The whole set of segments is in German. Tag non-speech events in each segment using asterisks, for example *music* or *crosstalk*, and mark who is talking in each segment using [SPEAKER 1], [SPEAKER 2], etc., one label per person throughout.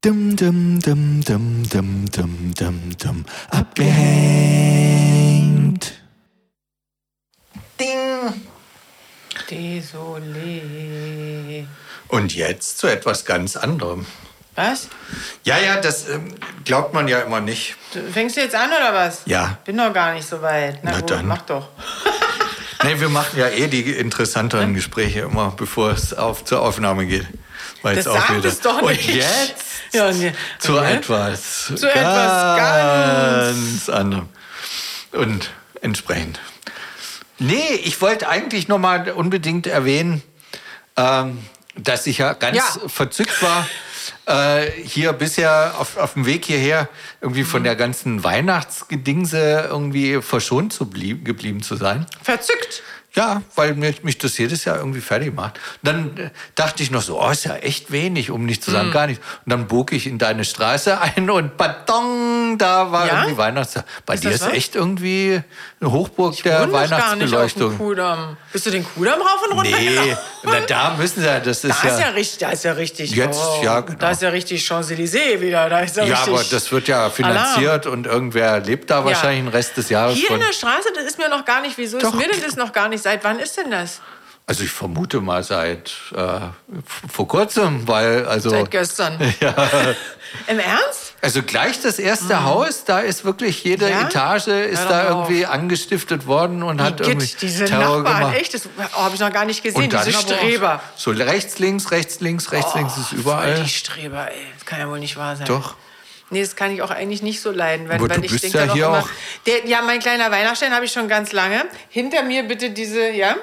[SPEAKER 1] Dum, dum, dum, dum, dum, dum, dum, dum. Abgehängt.
[SPEAKER 2] Ding!
[SPEAKER 3] Desolé.
[SPEAKER 2] Und jetzt zu etwas ganz anderem.
[SPEAKER 3] Was?
[SPEAKER 2] Ja, ja, das ähm, glaubt man ja immer nicht.
[SPEAKER 3] Du, fängst du jetzt an oder was?
[SPEAKER 2] Ja.
[SPEAKER 3] Bin noch gar nicht so weit. Na,
[SPEAKER 2] Na
[SPEAKER 3] gut,
[SPEAKER 2] dann.
[SPEAKER 3] mach doch.
[SPEAKER 2] Nee, wir machen ja eh die interessanteren Gespräche immer, bevor es auf, zur Aufnahme geht. Weil
[SPEAKER 3] Das
[SPEAKER 2] es auch
[SPEAKER 3] sagt
[SPEAKER 2] wieder-
[SPEAKER 3] es doch nicht.
[SPEAKER 2] Und jetzt
[SPEAKER 3] Ja, und je-
[SPEAKER 2] zu
[SPEAKER 3] und je-
[SPEAKER 2] etwas
[SPEAKER 3] Zu etwas ganz-
[SPEAKER 2] ganz anderem. Und entsprechend. Nee, ich wollte eigentlich noch mal unbedingt erwähnen, ähm, dass ich ja ganz
[SPEAKER 3] Ja.
[SPEAKER 2] verzückt war, äh, hier bisher auf, auf dem Weg hierher irgendwie
[SPEAKER 3] Mhm.
[SPEAKER 2] von der ganzen Weihnachtsgedingse irgendwie verschont zu blieb, geblieben zu sein.
[SPEAKER 3] Verzückt.
[SPEAKER 2] Ja, weil mir, mich das jedes Jahr irgendwie fertig macht. Dann äh, dachte ich noch so, oh, ist ja echt wenig, um nicht zu
[SPEAKER 3] Mhm.
[SPEAKER 2] sagen, gar nicht. Und dann bog ich in deine Straße *laughs* ein und badong, da war
[SPEAKER 3] Ja?
[SPEAKER 2] irgendwie Weihnachtszeit. Bei dir
[SPEAKER 3] das
[SPEAKER 2] ist
[SPEAKER 3] wahr?
[SPEAKER 2] echt irgendwie eine Hochburg
[SPEAKER 3] Wohn
[SPEAKER 2] der
[SPEAKER 3] doch gar nicht auf dem
[SPEAKER 2] Weihnachtsbeleuchtung.
[SPEAKER 3] Kuhdamm. Bist du den Kuhdamm rauf und runter
[SPEAKER 2] Nee,
[SPEAKER 3] gelaufen? *laughs*
[SPEAKER 2] na, da müssen sie ja, das ist
[SPEAKER 3] Da ist ja
[SPEAKER 2] ja.
[SPEAKER 3] richtig, da ist ja richtig. oh,
[SPEAKER 2] Jetzt, ja, genau.
[SPEAKER 3] Da ist ja richtig Champs-Élysées wieder. Da ist ja,
[SPEAKER 2] Ja,
[SPEAKER 3] richtig
[SPEAKER 2] aber das wird ja finanziert und irgendwer lebt da wahrscheinlich den Rest des Jahres
[SPEAKER 3] Hier
[SPEAKER 2] von.
[SPEAKER 3] in der Straße, das ist mir noch gar nicht. Wieso
[SPEAKER 2] Doch.
[SPEAKER 3] ist mir denn das noch gar nicht? Seit wann ist denn das?
[SPEAKER 2] Also ich vermute mal seit äh, vor kurzem, weil also
[SPEAKER 3] Seit gestern.
[SPEAKER 2] *laughs* Ja.
[SPEAKER 3] Im Ernst?
[SPEAKER 2] Also gleich das erste Haus, da ist wirklich jede
[SPEAKER 3] Mhm. Ja?
[SPEAKER 2] Etage ist
[SPEAKER 3] Hör
[SPEAKER 2] da
[SPEAKER 3] doch mal auf.
[SPEAKER 2] irgendwie angestiftet worden und hat irgendwie
[SPEAKER 3] Git, diese
[SPEAKER 2] Terror
[SPEAKER 3] Nachbarn,
[SPEAKER 2] gemacht.
[SPEAKER 3] echt, das oh, habe ich noch gar nicht gesehen,
[SPEAKER 2] und dann
[SPEAKER 3] diese Streber. Oh,
[SPEAKER 2] so rechts links, rechts links, rechts links ist
[SPEAKER 3] Voll
[SPEAKER 2] überall.
[SPEAKER 3] die Streber, ey. Das kann ja wohl nicht wahr sein.
[SPEAKER 2] Doch.
[SPEAKER 3] Nee, das kann ich auch eigentlich nicht so leiden, weil,
[SPEAKER 2] Aber
[SPEAKER 3] weil
[SPEAKER 2] du
[SPEAKER 3] ich
[SPEAKER 2] bist
[SPEAKER 3] denke
[SPEAKER 2] ja
[SPEAKER 3] dann
[SPEAKER 2] hier
[SPEAKER 3] immer,
[SPEAKER 2] auch.
[SPEAKER 3] Der, ja, mein kleiner Weihnachtsstern habe ich schon ganz lange. Hinter mir bitte diese, ja.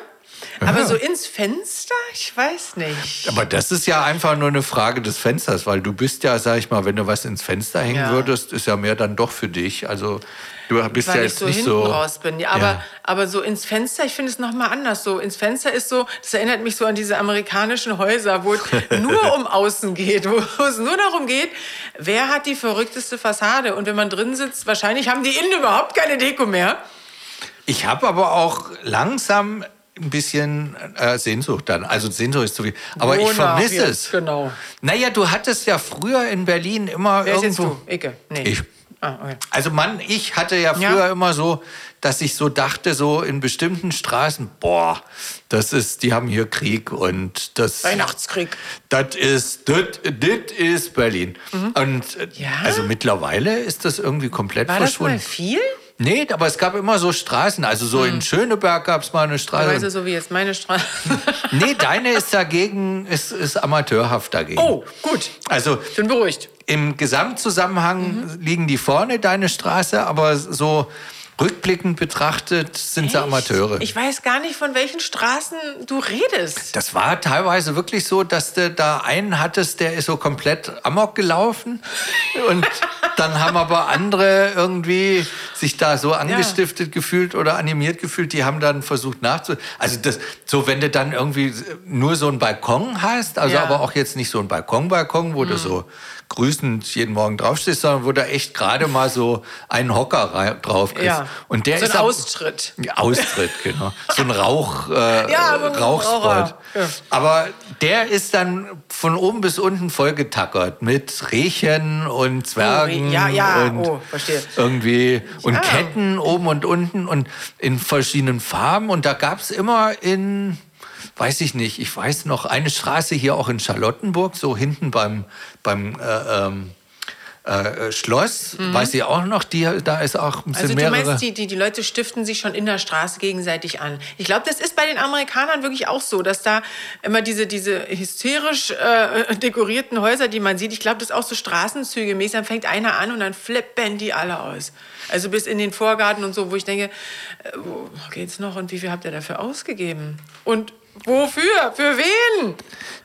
[SPEAKER 3] Aber
[SPEAKER 2] Ja.
[SPEAKER 3] so ins Fenster? Ich weiß nicht.
[SPEAKER 2] Aber das ist ja einfach nur eine Frage des Fensters, weil du bist ja, sag ich mal, wenn du was ins Fenster hängen
[SPEAKER 3] Ja.
[SPEAKER 2] würdest, ist ja mehr dann doch für dich. Also du bist
[SPEAKER 3] weil
[SPEAKER 2] ja
[SPEAKER 3] ich
[SPEAKER 2] jetzt
[SPEAKER 3] so
[SPEAKER 2] nicht
[SPEAKER 3] hinten
[SPEAKER 2] so.
[SPEAKER 3] raus bin. Ja, aber,
[SPEAKER 2] Ja.
[SPEAKER 3] aber so ins Fenster, ich finde es nochmal anders. So ins Fenster ist so, das erinnert mich so an diese amerikanischen
[SPEAKER 2] *laughs*
[SPEAKER 3] Häuser, wo es nur um außen geht, wo *laughs* es nur darum geht, wer hat die verrückteste Fassade. Und wenn man drin sitzt, wahrscheinlich haben die innen überhaupt keine Deko mehr.
[SPEAKER 2] Ich habe aber auch langsam ein bisschen äh, Sehnsucht dann. Also Sehnsucht ist zu viel. Aber ich
[SPEAKER 3] Wonach
[SPEAKER 2] vermisse
[SPEAKER 3] jetzt
[SPEAKER 2] es.
[SPEAKER 3] Genau.
[SPEAKER 2] Naja, du hattest ja früher in Berlin immer
[SPEAKER 3] Wer ist jetzt
[SPEAKER 2] irgendwo.
[SPEAKER 3] du? Icke? Nee.
[SPEAKER 2] Ich.
[SPEAKER 3] Ah, okay.
[SPEAKER 2] Also Mann, ich hatte ja
[SPEAKER 3] Ja.
[SPEAKER 2] früher immer so, dass ich so dachte, so in bestimmten Straßen, boah, das ist, die haben hier Krieg und das.
[SPEAKER 3] Weihnachtskrieg.
[SPEAKER 2] Das ist, das das ist Berlin. Und äh,
[SPEAKER 3] Mhm. Ja?
[SPEAKER 2] also mittlerweile ist das irgendwie komplett
[SPEAKER 3] War das mal
[SPEAKER 2] verschwunden.
[SPEAKER 3] viel?
[SPEAKER 2] nee, aber es gab immer so Straßen. Also so
[SPEAKER 3] Mhm.
[SPEAKER 2] in Schöneberg gab es mal eine Straße.
[SPEAKER 3] Weißt du, so wie jetzt meine Straße.
[SPEAKER 2] Also nee, deine ist dagegen, ist, ist amateurhaft dagegen.
[SPEAKER 3] *laughs* Oh, gut.
[SPEAKER 2] Also
[SPEAKER 3] Ich bin beruhigt.
[SPEAKER 2] im Gesamtzusammenhang liegen die vorne, deine Straße, aber so rückblickend betrachtet sind sie Amateure.
[SPEAKER 3] Ich weiß gar nicht, von welchen Straßen du redest.
[SPEAKER 2] das war teilweise wirklich so, dass du da einen hattest, der ist so komplett amok gelaufen und dann haben aber andere irgendwie sich da so angestiftet gefühlt oder animiert gefühlt, die haben dann versucht nachzu... Also das, so wenn du dann irgendwie nur so einen Balkon hast, also
[SPEAKER 3] Ja. Mhm.
[SPEAKER 2] aber auch jetzt nicht so ein Balkon-Balkon, wo du so grüßend jeden Morgen draufstehst, sondern wo du echt gerade mal so einen Hocker rei- drauf kriegst.
[SPEAKER 3] Ja.
[SPEAKER 2] Und der
[SPEAKER 3] so ein
[SPEAKER 2] ist ab-
[SPEAKER 3] Austritt.
[SPEAKER 2] Austritt, genau. So ein Rauch, äh,
[SPEAKER 3] Ja, aber ein
[SPEAKER 2] Rauchspot.
[SPEAKER 3] Raucher. Ja.
[SPEAKER 2] Aber der ist dann von oben bis unten vollgetackert mit Rehchen und Zwergen.
[SPEAKER 3] Oh, ja, ja,
[SPEAKER 2] und
[SPEAKER 3] oh, verstehe.
[SPEAKER 2] Irgendwie und
[SPEAKER 3] Ja.
[SPEAKER 2] Ketten oben und unten und in verschiedenen Farben. Und da gab es immer in, weiß ich nicht, ich weiß noch, eine Straße hier auch in Charlottenburg, so hinten beim, beim äh, ähm, äh, äh, Schloss, weiß ich auch noch, die, da ist auch ein bisschen
[SPEAKER 3] Mhm. Also du
[SPEAKER 2] mehrere.
[SPEAKER 3] meinst, die, die, die Leute stiften sich schon in der Straße gegenseitig an. Ich glaube, das ist bei den Amerikanern wirklich auch so, dass da immer diese, diese hysterisch äh, dekorierten Häuser, die man sieht, ich glaube, das ist auch so Straßenzüge mäßig. Dann fängt einer an und dann flippen die alle aus. Also bis in den Vorgarten und so, wo ich denke, äh, wo geht's noch und wie viel habt ihr dafür ausgegeben? Und wofür? Für wen?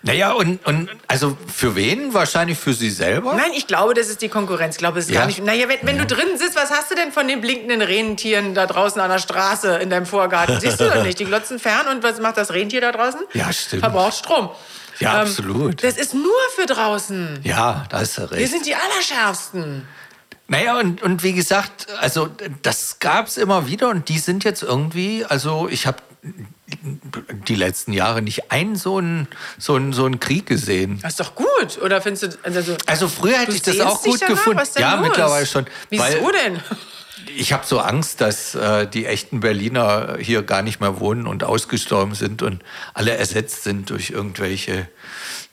[SPEAKER 2] Naja, und, und also für wen? Wahrscheinlich für sie selber?
[SPEAKER 3] Nein, ich glaube, das ist die Konkurrenz. Ich glaube, das ist
[SPEAKER 2] Ja?
[SPEAKER 3] gar nicht. Naja, wenn, wenn du drin sitzt, was hast du denn von den blinkenden Rentieren da draußen an der Straße in deinem Vorgarten? Siehst
[SPEAKER 2] *laughs*
[SPEAKER 3] du doch nicht. Die glotzen fern und was macht das Rentier da draußen?
[SPEAKER 2] Ja, stimmt.
[SPEAKER 3] Verbraucht Strom.
[SPEAKER 2] Ja, absolut.
[SPEAKER 3] ähm, Das ist nur für draußen.
[SPEAKER 2] Ja, da ist er
[SPEAKER 3] Wir
[SPEAKER 2] recht.
[SPEAKER 3] sind die Allerschärfsten.
[SPEAKER 2] Naja, und, und wie gesagt, also das gab es immer wieder und die sind jetzt irgendwie, also ich habe die letzten Jahre nicht einen so einen, so einen, so einen Krieg gesehen.
[SPEAKER 3] Das ist doch gut, oder findest du. Also,
[SPEAKER 2] Also früher hätte
[SPEAKER 3] du
[SPEAKER 2] ich das
[SPEAKER 3] sehnst
[SPEAKER 2] auch
[SPEAKER 3] dich
[SPEAKER 2] gut
[SPEAKER 3] danach?
[SPEAKER 2] gefunden.
[SPEAKER 3] Was ist denn
[SPEAKER 2] Ja,
[SPEAKER 3] los?
[SPEAKER 2] mittlerweile schon. weil-
[SPEAKER 3] Wieso denn?
[SPEAKER 2] Ich habe so Angst, dass äh, die echten Berliner hier gar nicht mehr wohnen und ausgestorben sind und alle ersetzt sind durch irgendwelche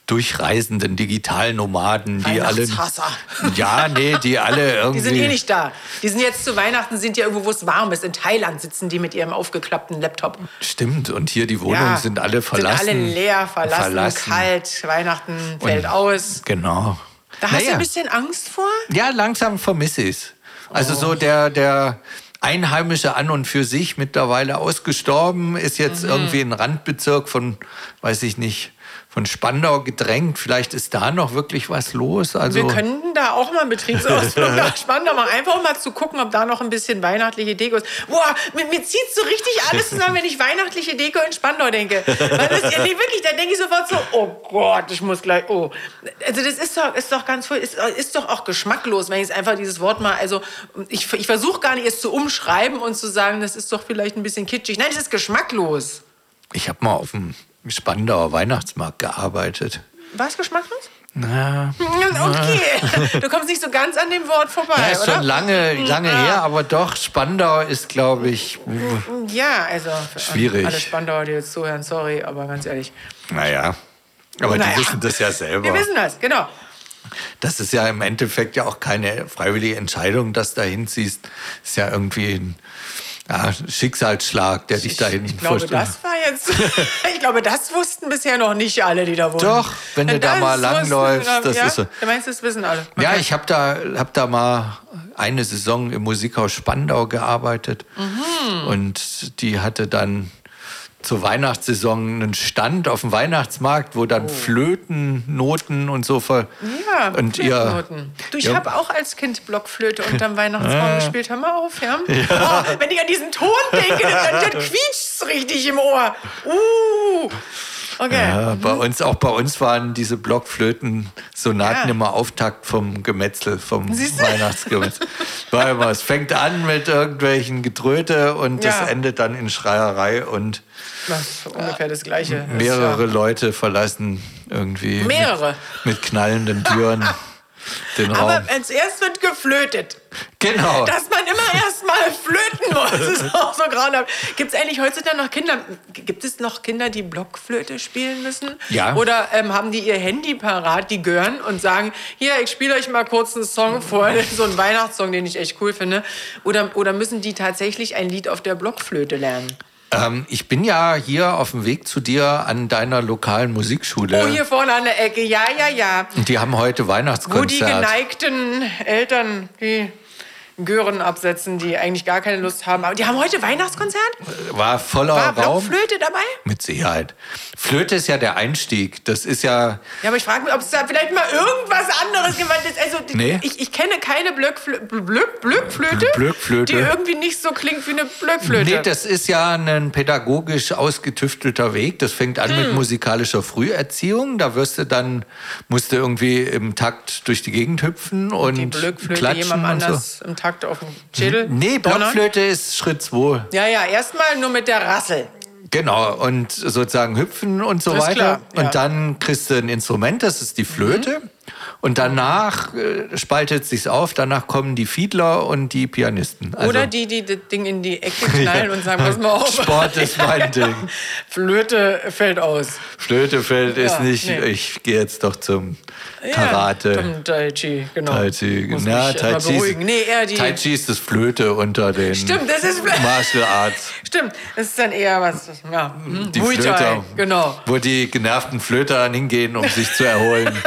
[SPEAKER 2] durchreisenden digitalen Nomaden, die alle.
[SPEAKER 3] Weihnachtshasser.
[SPEAKER 2] Ja, nee, die alle irgendwie.
[SPEAKER 3] Die sind eh nicht da. Die sind jetzt zu Weihnachten, sind ja irgendwo, wo es warm ist. In Thailand sitzen die mit ihrem aufgeklappten Laptop.
[SPEAKER 2] Stimmt, und hier die Wohnungen
[SPEAKER 3] Ja,
[SPEAKER 2] sind alle verlassen.
[SPEAKER 3] Sind alle leer, verlassen,
[SPEAKER 2] Verlassen.
[SPEAKER 3] kalt. Weihnachten fällt
[SPEAKER 2] Und-
[SPEAKER 3] aus.
[SPEAKER 2] Genau.
[SPEAKER 3] Da hast du ein bisschen Angst vor?
[SPEAKER 2] Ja, langsam vermisse ich es. Also
[SPEAKER 3] Oh.
[SPEAKER 2] so der, der Einheimische an und für sich mittlerweile ausgestorben, ist jetzt
[SPEAKER 3] Mhm.
[SPEAKER 2] irgendwie in den Randbezirk von, weiß ich nicht, von Spandau gedrängt. Vielleicht ist da noch wirklich was los. Also,
[SPEAKER 3] Wir könnten da auch mal einen Betriebsausflug nach Spandau machen. Einfach um mal zu gucken, ob da noch ein bisschen weihnachtliche Deko ist. Boah, mir, mir zieht so richtig alles zusammen, wenn ich weihnachtliche Deko in Spandau denke. Weil das, nee, wirklich, da denke ich sofort so, oh Gott, ich muss gleich, oh. Also das ist doch, ist doch ganz voll, ist, ist doch auch geschmacklos, wenn ich jetzt einfach dieses Wort mal, also ich, ich versuche gar nicht, es zu umschreiben und zu sagen, das ist doch vielleicht ein bisschen kitschig. Nein, das ist geschmacklos.
[SPEAKER 2] ich habe mal auf dem Spandauer Weihnachtsmarkt gearbeitet.
[SPEAKER 3] War es geschmacklos?
[SPEAKER 2] Na,
[SPEAKER 3] Okay, du kommst nicht so ganz an dem Wort vorbei,
[SPEAKER 2] das ist
[SPEAKER 3] oder? Mhm. Ah.
[SPEAKER 2] schon lange, lange her, aber doch, Spandau ist, glaube ich,
[SPEAKER 3] Ja, also für
[SPEAKER 2] Schwierig.
[SPEAKER 3] alle Spandauer, die jetzt zuhören, sorry, aber ganz ehrlich.
[SPEAKER 2] naja. Aber
[SPEAKER 3] Naja.
[SPEAKER 2] die wissen das ja selber.
[SPEAKER 3] Wir wissen das, genau.
[SPEAKER 2] Das ist ja im Endeffekt ja auch keine freiwillige Entscheidung, dass du dahin ziehst. Ist ja irgendwie ein ja, Schicksalsschlag, der dich dahin
[SPEAKER 3] Ich glaube,
[SPEAKER 2] vorstellt.
[SPEAKER 3] das war jetzt. *laughs* ich glaube, das wussten bisher noch nicht alle, die da wohnen. Äh,
[SPEAKER 2] Doch, wenn du da
[SPEAKER 3] das
[SPEAKER 2] mal langläufst,
[SPEAKER 3] wussten-
[SPEAKER 2] das
[SPEAKER 3] ja?
[SPEAKER 2] ist so.
[SPEAKER 3] Du meinst, das wissen alle.
[SPEAKER 2] Ja, ich habe da, hab da mal eine Saison im Musikhaus Spandau gearbeitet.
[SPEAKER 3] Mhm.
[SPEAKER 2] Und die hatte dann zur Weihnachtssaison einen Stand auf dem Weihnachtsmarkt, wo dann Flöten, Noten und so ver
[SPEAKER 3] Oh. Ja,
[SPEAKER 2] und ihr
[SPEAKER 3] Flötennoten. Du, ich
[SPEAKER 2] ihr-
[SPEAKER 3] habe auch als Kind Blockflöte unterm
[SPEAKER 2] Ah.
[SPEAKER 3] Weihnachtsbaum gespielt. Hör mal auf, ja? Oh, wenn ich an diesen Ton denke, dann, dann quietscht es richtig im Ohr. Uh. Okay.
[SPEAKER 2] Ja, Äh, bei uns, auch bei uns waren diese Blockflöten, Sonaten
[SPEAKER 3] Mhm. Ja.
[SPEAKER 2] immer Auftakt vom Gemetzel, vom
[SPEAKER 3] Siehste?
[SPEAKER 2] Weihnachtsgemetzel. War immer, es fängt an mit irgendwelchen Getröte und
[SPEAKER 3] Ja.
[SPEAKER 2] es endet dann in Schreierei und
[SPEAKER 3] Das ist ungefähr das Gleiche. Das ist ja-
[SPEAKER 2] mehrere Leute verlassen irgendwie
[SPEAKER 3] Mehrere?
[SPEAKER 2] Mit, mit knallenden Türen
[SPEAKER 3] *laughs*
[SPEAKER 2] den Raum.
[SPEAKER 3] Aber als erst wird geflötet.
[SPEAKER 2] genau.
[SPEAKER 3] Dass man immer erstmal flöten muss, ist auch so grauenhaft. Gibt es eigentlich heutzutage noch Kinder, gibt es noch Kinder, die Blockflöte spielen müssen?
[SPEAKER 2] Ja.
[SPEAKER 3] Oder ähm, haben die ihr Handy parat, die gören und sagen, hier, ich spiele euch mal kurz einen Song vor, *laughs* so einen Weihnachtssong, den ich echt cool finde. Oder, oder müssen die tatsächlich ein Lied auf der Blockflöte lernen?
[SPEAKER 2] Ähm, ich bin ja hier auf dem Weg zu dir an deiner lokalen Musikschule.
[SPEAKER 3] Oh, hier vorne an der Ecke, ja, ja, ja.
[SPEAKER 2] und die haben heute
[SPEAKER 3] Wo die
[SPEAKER 2] Weihnachtskonzert.
[SPEAKER 3] geneigten Eltern, die Gören absetzen, die eigentlich gar keine Lust haben. Aber die haben heute Weihnachtskonzert?
[SPEAKER 2] War voller
[SPEAKER 3] War
[SPEAKER 2] Raum.
[SPEAKER 3] Blockflöte dabei?
[SPEAKER 2] Mit Sicherheit. Flöte ist ja der Einstieg. Das ist ja,
[SPEAKER 3] Ja, aber ich frage mich, ob es da vielleicht mal irgendwas anderes gemacht ist. Also, die-
[SPEAKER 2] Nee.
[SPEAKER 3] ich, ich kenne keine Blöckflö Blöck, Blöckflöte,
[SPEAKER 2] Blöckflöte.
[SPEAKER 3] die irgendwie nicht so klingt wie eine Blöckflöte.
[SPEAKER 2] nee, das ist ja ein pädagogisch ausgetüftelter Weg. Das fängt an
[SPEAKER 3] Hm.
[SPEAKER 2] mit musikalischer Früherziehung. Da wirst du dann, musst du irgendwie im Takt durch die Gegend hüpfen und
[SPEAKER 3] die Blöckflöte
[SPEAKER 2] klatschen
[SPEAKER 3] jemandem
[SPEAKER 2] und so. Hm?
[SPEAKER 3] anders im Takt auf den Schädel.
[SPEAKER 2] Nee,
[SPEAKER 3] donnern.
[SPEAKER 2] Blockflöte ist Schritt 2.
[SPEAKER 3] Ja, ja, erstmal nur mit der Rassel.
[SPEAKER 2] Genau, und sozusagen hüpfen und so
[SPEAKER 3] Ist
[SPEAKER 2] weiter.
[SPEAKER 3] klar, ja. Mhm.
[SPEAKER 2] Und dann kriegst du ein Instrument, das ist die Flöte. Und danach äh, spaltet sich's auf, danach kommen die Fiedler und die Pianisten. Also-
[SPEAKER 3] Oder die, die das Ding in
[SPEAKER 2] *laughs*
[SPEAKER 3] die Ecke knallen und sagen, pass mal auf.
[SPEAKER 2] Sport ist
[SPEAKER 3] *laughs*
[SPEAKER 2] mein Ding.
[SPEAKER 3] Flöte fällt aus.
[SPEAKER 2] Flötefeld ist
[SPEAKER 3] Ja,
[SPEAKER 2] nicht,
[SPEAKER 3] nee.
[SPEAKER 2] ich gehe jetzt doch zum
[SPEAKER 3] Ja,
[SPEAKER 2] Karate.
[SPEAKER 3] Zum Tai Chi, genau.
[SPEAKER 2] Tai Chi,
[SPEAKER 3] Muss
[SPEAKER 2] na,
[SPEAKER 3] mich
[SPEAKER 2] Tai
[SPEAKER 3] erstmal
[SPEAKER 2] Chi ist-
[SPEAKER 3] beruhigen. Nee, eher die.
[SPEAKER 2] Tai Chi ist das Flöte unter den
[SPEAKER 3] Stimmt, das ist Flöte.
[SPEAKER 2] Martial Arts.
[SPEAKER 3] Stimmt, das ist dann eher was. Ja, hm,
[SPEAKER 2] Die
[SPEAKER 3] Muay Thai,
[SPEAKER 2] Flöter,
[SPEAKER 3] genau.
[SPEAKER 2] wo die genervten Flöter dann hingehen, um sich zu erholen.
[SPEAKER 3] *laughs*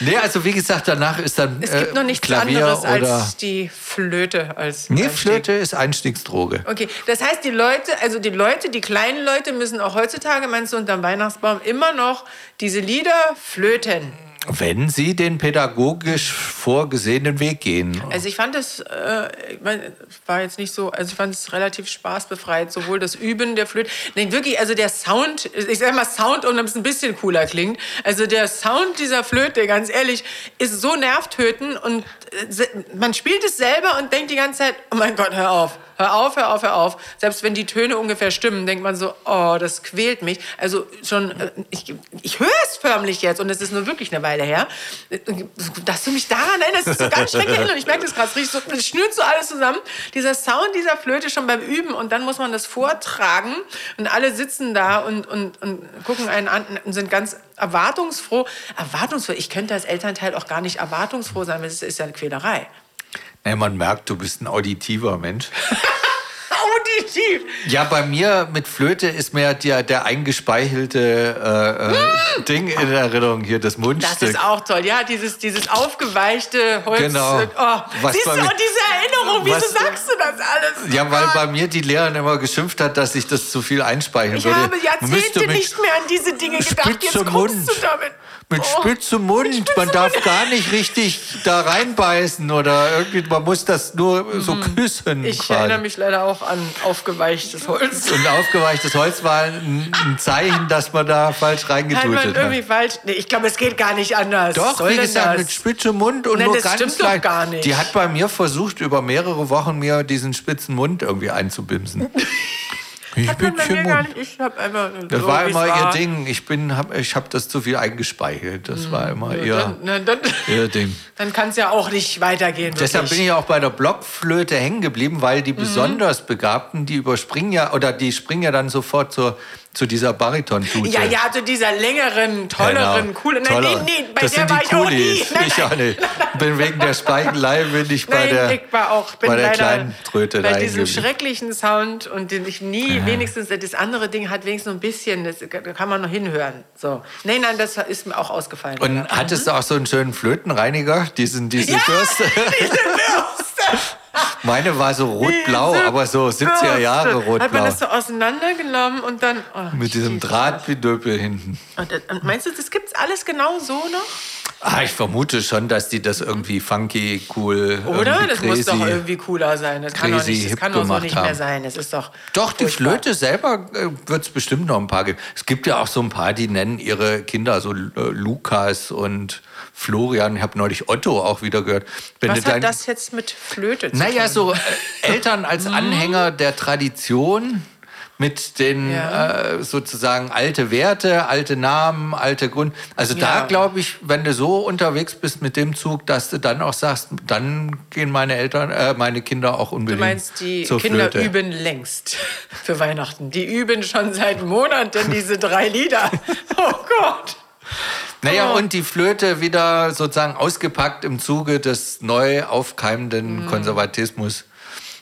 [SPEAKER 2] Nee, also wie gesagt, danach ist dann
[SPEAKER 3] Es gibt
[SPEAKER 2] äh,
[SPEAKER 3] noch nichts
[SPEAKER 2] Klavier
[SPEAKER 3] anderes
[SPEAKER 2] oder
[SPEAKER 3] als die Flöte als
[SPEAKER 2] Nee,
[SPEAKER 3] Einstieg.
[SPEAKER 2] Flöte ist Einstiegsdroge.
[SPEAKER 3] Okay, das heißt, die Leute, also die Leute, die kleinen Leute müssen auch heutzutage, meinst du, unterm Weihnachtsbaum immer noch diese Lieder flöten.
[SPEAKER 2] Wenn sie den pädagogisch vorgesehenen Weg gehen.
[SPEAKER 3] Also ich fand das, äh, ich mein, war jetzt nicht so, also ich fand es relativ spaßbefreit, sowohl das Üben der Flöte, nein wirklich, also der Sound, ich sag mal Sound, um damit es ein bisschen cooler klingt, also der Sound dieser Flöte, ganz ehrlich, ist so nervtötend und äh, se- man spielt es selber und denkt die ganze Zeit, oh mein Gott, hör auf, hör Hör auf, hör auf, hör auf. Selbst wenn die Töne ungefähr stimmen, denkt man so, oh, das quält mich. Also schon, äh, ich, ich höre es förmlich jetzt und es ist nur wirklich eine Weile her. Äh, Dass du mich daran erinnerst, ist so ganz schrecklich. Und ich merke das gerade, es riecht so, es schnürt so alles zusammen. Dieser Sound dieser Flöte schon beim Üben und dann muss man das vortragen und alle sitzen da und, und, und gucken einen an und sind ganz erwartungsfroh. Erwartungsfroh, ich könnte als Elternteil auch gar nicht erwartungsfroh sein, weil das ist ja eine Quälerei.
[SPEAKER 2] Nee, man merkt, du bist ein auditiver Mensch.
[SPEAKER 3] Auditiv!
[SPEAKER 2] Ja, bei mir mit Flöte ist mir der, der eingespeichelte äh, äh, Ding in Erinnerung hier, das Mundstück.
[SPEAKER 3] Hm. Das ist auch toll, ja, dieses, dieses aufgeweichte Holz.
[SPEAKER 2] Genau.
[SPEAKER 3] Oh,
[SPEAKER 2] Was
[SPEAKER 3] siehst du,
[SPEAKER 2] bei
[SPEAKER 3] und
[SPEAKER 2] mir-
[SPEAKER 3] diese Erinnerung, wieso
[SPEAKER 2] Was-
[SPEAKER 3] sagst du das alles? Oh,
[SPEAKER 2] ja, weil bei mir die Lehrerin immer geschimpft hat, dass ich das zu viel einspeichern
[SPEAKER 3] ich
[SPEAKER 2] würde.
[SPEAKER 3] habe
[SPEAKER 2] Müsste
[SPEAKER 3] Jahrzehnte
[SPEAKER 2] mit-
[SPEAKER 3] nicht mehr an diese Dinge gedacht, jetzt
[SPEAKER 2] Spitze
[SPEAKER 3] kommst
[SPEAKER 2] Mund.
[SPEAKER 3] du damit.
[SPEAKER 2] Mit
[SPEAKER 3] Oh,
[SPEAKER 2] spitzem Mund,
[SPEAKER 3] mit spitzem
[SPEAKER 2] man darf
[SPEAKER 3] Mund.
[SPEAKER 2] gar nicht richtig da reinbeißen oder irgendwie, man muss das nur so küssen.
[SPEAKER 3] Hm. Ich
[SPEAKER 2] quasi.
[SPEAKER 3] erinnere mich leider auch an aufgeweichtes Holz.
[SPEAKER 2] Und aufgeweichtes Holz war ein, ein Zeichen, dass man da falsch
[SPEAKER 3] Hat man
[SPEAKER 2] reingedutet
[SPEAKER 3] irgendwie
[SPEAKER 2] hat.
[SPEAKER 3] falsch. Nee, ich glaube, es geht gar nicht anders. Was
[SPEAKER 2] Doch,
[SPEAKER 3] soll
[SPEAKER 2] wie
[SPEAKER 3] denn
[SPEAKER 2] gesagt,
[SPEAKER 3] das?
[SPEAKER 2] mit spitzem Mund und
[SPEAKER 3] Nein,
[SPEAKER 2] nur
[SPEAKER 3] das
[SPEAKER 2] ganz
[SPEAKER 3] stimmt doch
[SPEAKER 2] leicht.
[SPEAKER 3] gar nicht.
[SPEAKER 2] Die hat bei mir versucht, über mehrere Wochen mir diesen spitzen Mund irgendwie
[SPEAKER 3] *laughs*
[SPEAKER 2] einzubimsen. ich
[SPEAKER 3] Hat man bei
[SPEAKER 2] hier
[SPEAKER 3] mir gar nicht. Ich habe einfach.
[SPEAKER 2] Das
[SPEAKER 3] so,
[SPEAKER 2] war
[SPEAKER 3] wie's
[SPEAKER 2] immer
[SPEAKER 3] war.
[SPEAKER 2] ihr Ding. Ich bin, hab, ich habe das zu viel eingespeichert. Das war immer ihr,
[SPEAKER 3] Hm, Dann, na, dann,
[SPEAKER 2] ihr Ding.
[SPEAKER 3] dann kann es ja auch nicht weitergehen.
[SPEAKER 2] Deshalb bin
[SPEAKER 3] wirklich. Mhm.
[SPEAKER 2] ich auch bei der Blockflöte hängen geblieben, weil die besonders Begabten, die überspringen ja, oder die springen ja dann sofort zur, zu dieser Baritonflute.
[SPEAKER 3] Ja, ja, zu dieser längeren, tolleren, coolen. Nein,
[SPEAKER 2] Genau. Toller.
[SPEAKER 3] nee, nee, bei
[SPEAKER 2] das
[SPEAKER 3] der
[SPEAKER 2] sind
[SPEAKER 3] war
[SPEAKER 2] die
[SPEAKER 3] ich auch nie.
[SPEAKER 2] Coolies.
[SPEAKER 3] Nein,
[SPEAKER 2] ich
[SPEAKER 3] nein.
[SPEAKER 2] auch nicht. Bin wegen der Speichelei bin ich bei
[SPEAKER 3] Nein,
[SPEAKER 2] der,
[SPEAKER 3] ich war auch, bin
[SPEAKER 2] bei der
[SPEAKER 3] leider
[SPEAKER 2] kleinen Trötelei
[SPEAKER 3] bei diesem
[SPEAKER 2] geblieben.
[SPEAKER 3] schrecklichen Sound und den ich nie, wenigstens das andere Ding hat wenigstens so ein bisschen, das kann man noch hinhören. So. Nein, nein, das ist mir auch ausgefallen.
[SPEAKER 2] Und hattest du auch so einen schönen Flötenreiniger? Diesen, diese
[SPEAKER 3] Ja,
[SPEAKER 2] Bürste? *laughs*
[SPEAKER 3] diese Bürste.
[SPEAKER 2] Meine war so rot-blau,
[SPEAKER 3] Diese
[SPEAKER 2] aber so 70er Oh, Jahre
[SPEAKER 3] Bürste. Hat man
[SPEAKER 2] rot-blau.
[SPEAKER 3] das so auseinandergenommen und dann. Oh,
[SPEAKER 2] Mit diesem
[SPEAKER 3] Jesus.
[SPEAKER 2] Drahtpidöpel hinten.
[SPEAKER 3] Und, äh, und meinst du, das gibt's alles genau so noch?
[SPEAKER 2] Ah, ich vermute schon, dass die das irgendwie funky, cool,
[SPEAKER 3] Oder?
[SPEAKER 2] irgendwie
[SPEAKER 3] Das
[SPEAKER 2] crazy.
[SPEAKER 3] muss doch irgendwie cooler sein. Das kann doch
[SPEAKER 2] crazy
[SPEAKER 3] nicht, das
[SPEAKER 2] hip
[SPEAKER 3] kann doch so
[SPEAKER 2] gemacht
[SPEAKER 3] nicht mehr
[SPEAKER 2] haben.
[SPEAKER 3] sein. Das ist doch.
[SPEAKER 2] Doch, die
[SPEAKER 3] furchtbar.
[SPEAKER 2] Flöte selber wird es bestimmt noch ein paar geben. Es gibt ja auch so ein paar, die nennen ihre Kinder so äh, Lukas und Florian. Ich habe neulich Otto auch wieder gehört. Wenn
[SPEAKER 3] Was
[SPEAKER 2] du dein-
[SPEAKER 3] hat das Mhm. jetzt mit Flöte zu
[SPEAKER 2] Naja, so äh, Eltern
[SPEAKER 3] *laughs*
[SPEAKER 2] als Anhänger der Tradition mit den
[SPEAKER 3] Ja.
[SPEAKER 2] äh, sozusagen alte Werte, alte Namen, alte Grund. Also
[SPEAKER 3] Ja.
[SPEAKER 2] da glaube ich, wenn du so unterwegs bist mit dem Zug, dass du dann auch sagst, dann gehen meine Eltern, äh, meine Kinder auch
[SPEAKER 3] Du
[SPEAKER 2] unbedingt
[SPEAKER 3] meinst, die
[SPEAKER 2] zur
[SPEAKER 3] Kinder
[SPEAKER 2] Flöte.
[SPEAKER 3] üben längst für Weihnachten. Die üben schon seit Monaten diese
[SPEAKER 2] *laughs*
[SPEAKER 3] drei Lieder. Oh Gott.
[SPEAKER 2] Naja,
[SPEAKER 3] Oh.
[SPEAKER 2] und die Flöte wieder sozusagen ausgepackt im Zuge des neu aufkeimenden Konservatismus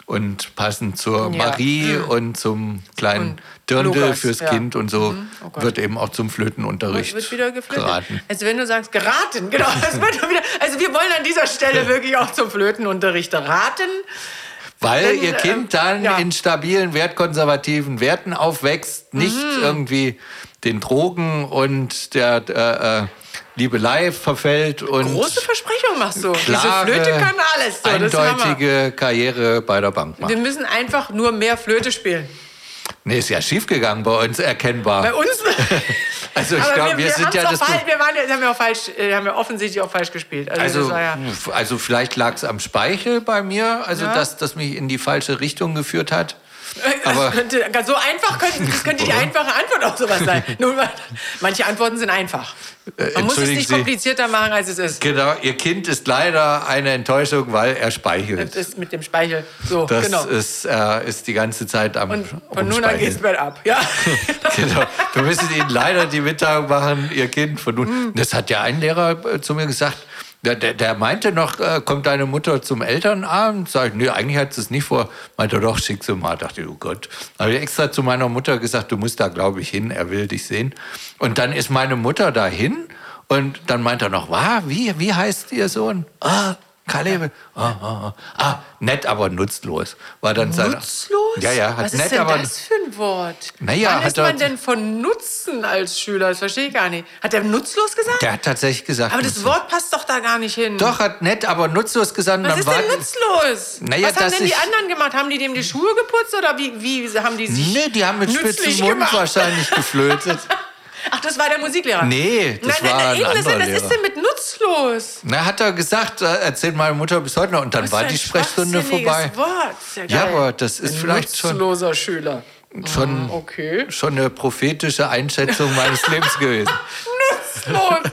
[SPEAKER 2] und passend zur
[SPEAKER 3] Mhm. Ja.
[SPEAKER 2] Marie und zum kleinen Dirndl
[SPEAKER 3] Lukas,
[SPEAKER 2] fürs
[SPEAKER 3] ja. Mhm. Oh
[SPEAKER 2] Kind und so
[SPEAKER 3] Gott.
[SPEAKER 2] wird eben auch zum
[SPEAKER 3] Es
[SPEAKER 2] Flötenunterricht
[SPEAKER 3] wird wieder geflötet.
[SPEAKER 2] geraten.
[SPEAKER 3] Also wenn du sagst, geraten, genau.
[SPEAKER 2] *laughs*
[SPEAKER 3] Es wird wieder, also wir wollen an dieser Stelle wirklich auch zum Flötenunterricht raten.
[SPEAKER 2] Weil
[SPEAKER 3] Denn,
[SPEAKER 2] ihr Kind
[SPEAKER 3] äh,
[SPEAKER 2] dann
[SPEAKER 3] ja.
[SPEAKER 2] in stabilen, wertkonservativen Werten aufwächst, nicht
[SPEAKER 3] Mhm.
[SPEAKER 2] irgendwie den Drogen und der äh, äh, Liebelei verfällt und
[SPEAKER 3] Große Versprechung machst du.
[SPEAKER 2] klare,
[SPEAKER 3] Diese Flöte kann alles. So, das ist Hammer.
[SPEAKER 2] eindeutige Karriere bei der Bank macht.
[SPEAKER 3] Wir müssen einfach nur mehr Flöte spielen.
[SPEAKER 2] Nee, ist ja schief gegangen bei uns erkennbar.
[SPEAKER 3] Bei uns.
[SPEAKER 2] *laughs* Also ich
[SPEAKER 3] Aber
[SPEAKER 2] glaube, wir, sind
[SPEAKER 3] haben's
[SPEAKER 2] ja
[SPEAKER 3] auch
[SPEAKER 2] das.
[SPEAKER 3] falsch, wir waren ja, das haben wir auch falsch, äh, haben wir offensichtlich auch falsch gespielt. Also, das
[SPEAKER 2] Also,
[SPEAKER 3] war ja,
[SPEAKER 2] also vielleicht lag es am Speichel bei mir, also
[SPEAKER 3] Ja.
[SPEAKER 2] dass das mich in die falsche Richtung geführt hat.
[SPEAKER 3] das
[SPEAKER 2] Aber
[SPEAKER 3] könnte, ganz so einfach könnte, das könnte die einfache Antwort auch sowas
[SPEAKER 2] *laughs*
[SPEAKER 3] sein. Nun, mal, manche Antworten sind einfach. Man muss es
[SPEAKER 2] Äh, entschuldigen
[SPEAKER 3] nicht
[SPEAKER 2] Sie.
[SPEAKER 3] komplizierter machen, als es ist.
[SPEAKER 2] genau, ihr Kind ist leider eine Enttäuschung, weil er
[SPEAKER 3] Das
[SPEAKER 2] speichelt.
[SPEAKER 3] ist mit dem Speichel. So,
[SPEAKER 2] Das
[SPEAKER 3] Äh, genau.
[SPEAKER 2] ist, äh, ist die ganze Zeit am
[SPEAKER 3] Und von nun an
[SPEAKER 2] rumspeichern.
[SPEAKER 3] geht's bergab. Ja.
[SPEAKER 2] *laughs* Genau. Wir müssen ihnen leider die Mitteilung machen, ihr Kind von
[SPEAKER 3] Hm.
[SPEAKER 2] nun. Das hat ja ein Lehrer äh, zu mir gesagt. Der, der, der meinte noch, äh, kommt deine Mutter zum Elternabend? Sag ich, nee, eigentlich hat sie es nicht vor. Meinte doch, schick sie mal. Dachte ich, oh Gott. Habe ich extra zu meiner Mutter gesagt, du musst da, glaube ich, hin, er will dich sehen. Und dann ist meine Mutter dahin und dann meint er noch, wa, wie, wie heißt ihr Sohn? Ah, Kalebe. Ah, ah, ah. ah, nett, aber nutzlos. War dann sein-
[SPEAKER 3] *laughs* Nutzlos?
[SPEAKER 2] Ja, ja, hat
[SPEAKER 3] Was
[SPEAKER 2] nett,
[SPEAKER 3] ist denn
[SPEAKER 2] aber
[SPEAKER 3] das für ein Wort?
[SPEAKER 2] Naja,
[SPEAKER 3] Wann
[SPEAKER 2] hat
[SPEAKER 3] ist man
[SPEAKER 2] er-
[SPEAKER 3] denn von Nutzen als Schüler? Das verstehe ich gar nicht. Hat er nutzlos gesagt?
[SPEAKER 2] der hat tatsächlich gesagt.
[SPEAKER 3] aber das
[SPEAKER 2] nutzlos.
[SPEAKER 3] Wort passt doch da gar nicht hin.
[SPEAKER 2] Doch, hat nett, aber nutzlos gesagt.
[SPEAKER 3] Was
[SPEAKER 2] dann
[SPEAKER 3] ist denn
[SPEAKER 2] war-
[SPEAKER 3] nutzlos?
[SPEAKER 2] Naja,
[SPEAKER 3] Was haben
[SPEAKER 2] dass
[SPEAKER 3] denn die
[SPEAKER 2] ich-
[SPEAKER 3] anderen gemacht? Haben die dem die Schuhe geputzt oder wie, wie haben die sich
[SPEAKER 2] Nee, die haben mit
[SPEAKER 3] nützlich
[SPEAKER 2] spitzem Mund
[SPEAKER 3] *laughs* gemacht?
[SPEAKER 2] wahrscheinlich geflötet.
[SPEAKER 3] Ach, das war der Musiklehrer.
[SPEAKER 2] Nee, das
[SPEAKER 3] nein,
[SPEAKER 2] war
[SPEAKER 3] nein,
[SPEAKER 2] ein
[SPEAKER 3] nein, eben,
[SPEAKER 2] anderer
[SPEAKER 3] das, das
[SPEAKER 2] Lehrer.
[SPEAKER 3] ist denn mit nutzlos?
[SPEAKER 2] Na, hat er gesagt, äh, erzählt meine Mutter bis heute noch. Und dann
[SPEAKER 3] Was
[SPEAKER 2] war
[SPEAKER 3] für ein
[SPEAKER 2] die Sprechstunde
[SPEAKER 3] schwachsinniges
[SPEAKER 2] vorbei.
[SPEAKER 3] Wort. Ist ja, geil.
[SPEAKER 2] Ja, aber das ist
[SPEAKER 3] Ein
[SPEAKER 2] vielleicht schon,
[SPEAKER 3] Nutzloser Schüler.
[SPEAKER 2] schon,
[SPEAKER 3] Okay.
[SPEAKER 2] schon eine prophetische Einschätzung
[SPEAKER 3] *laughs*
[SPEAKER 2] meines Lebens gewesen. *laughs*
[SPEAKER 3] Nutzlos.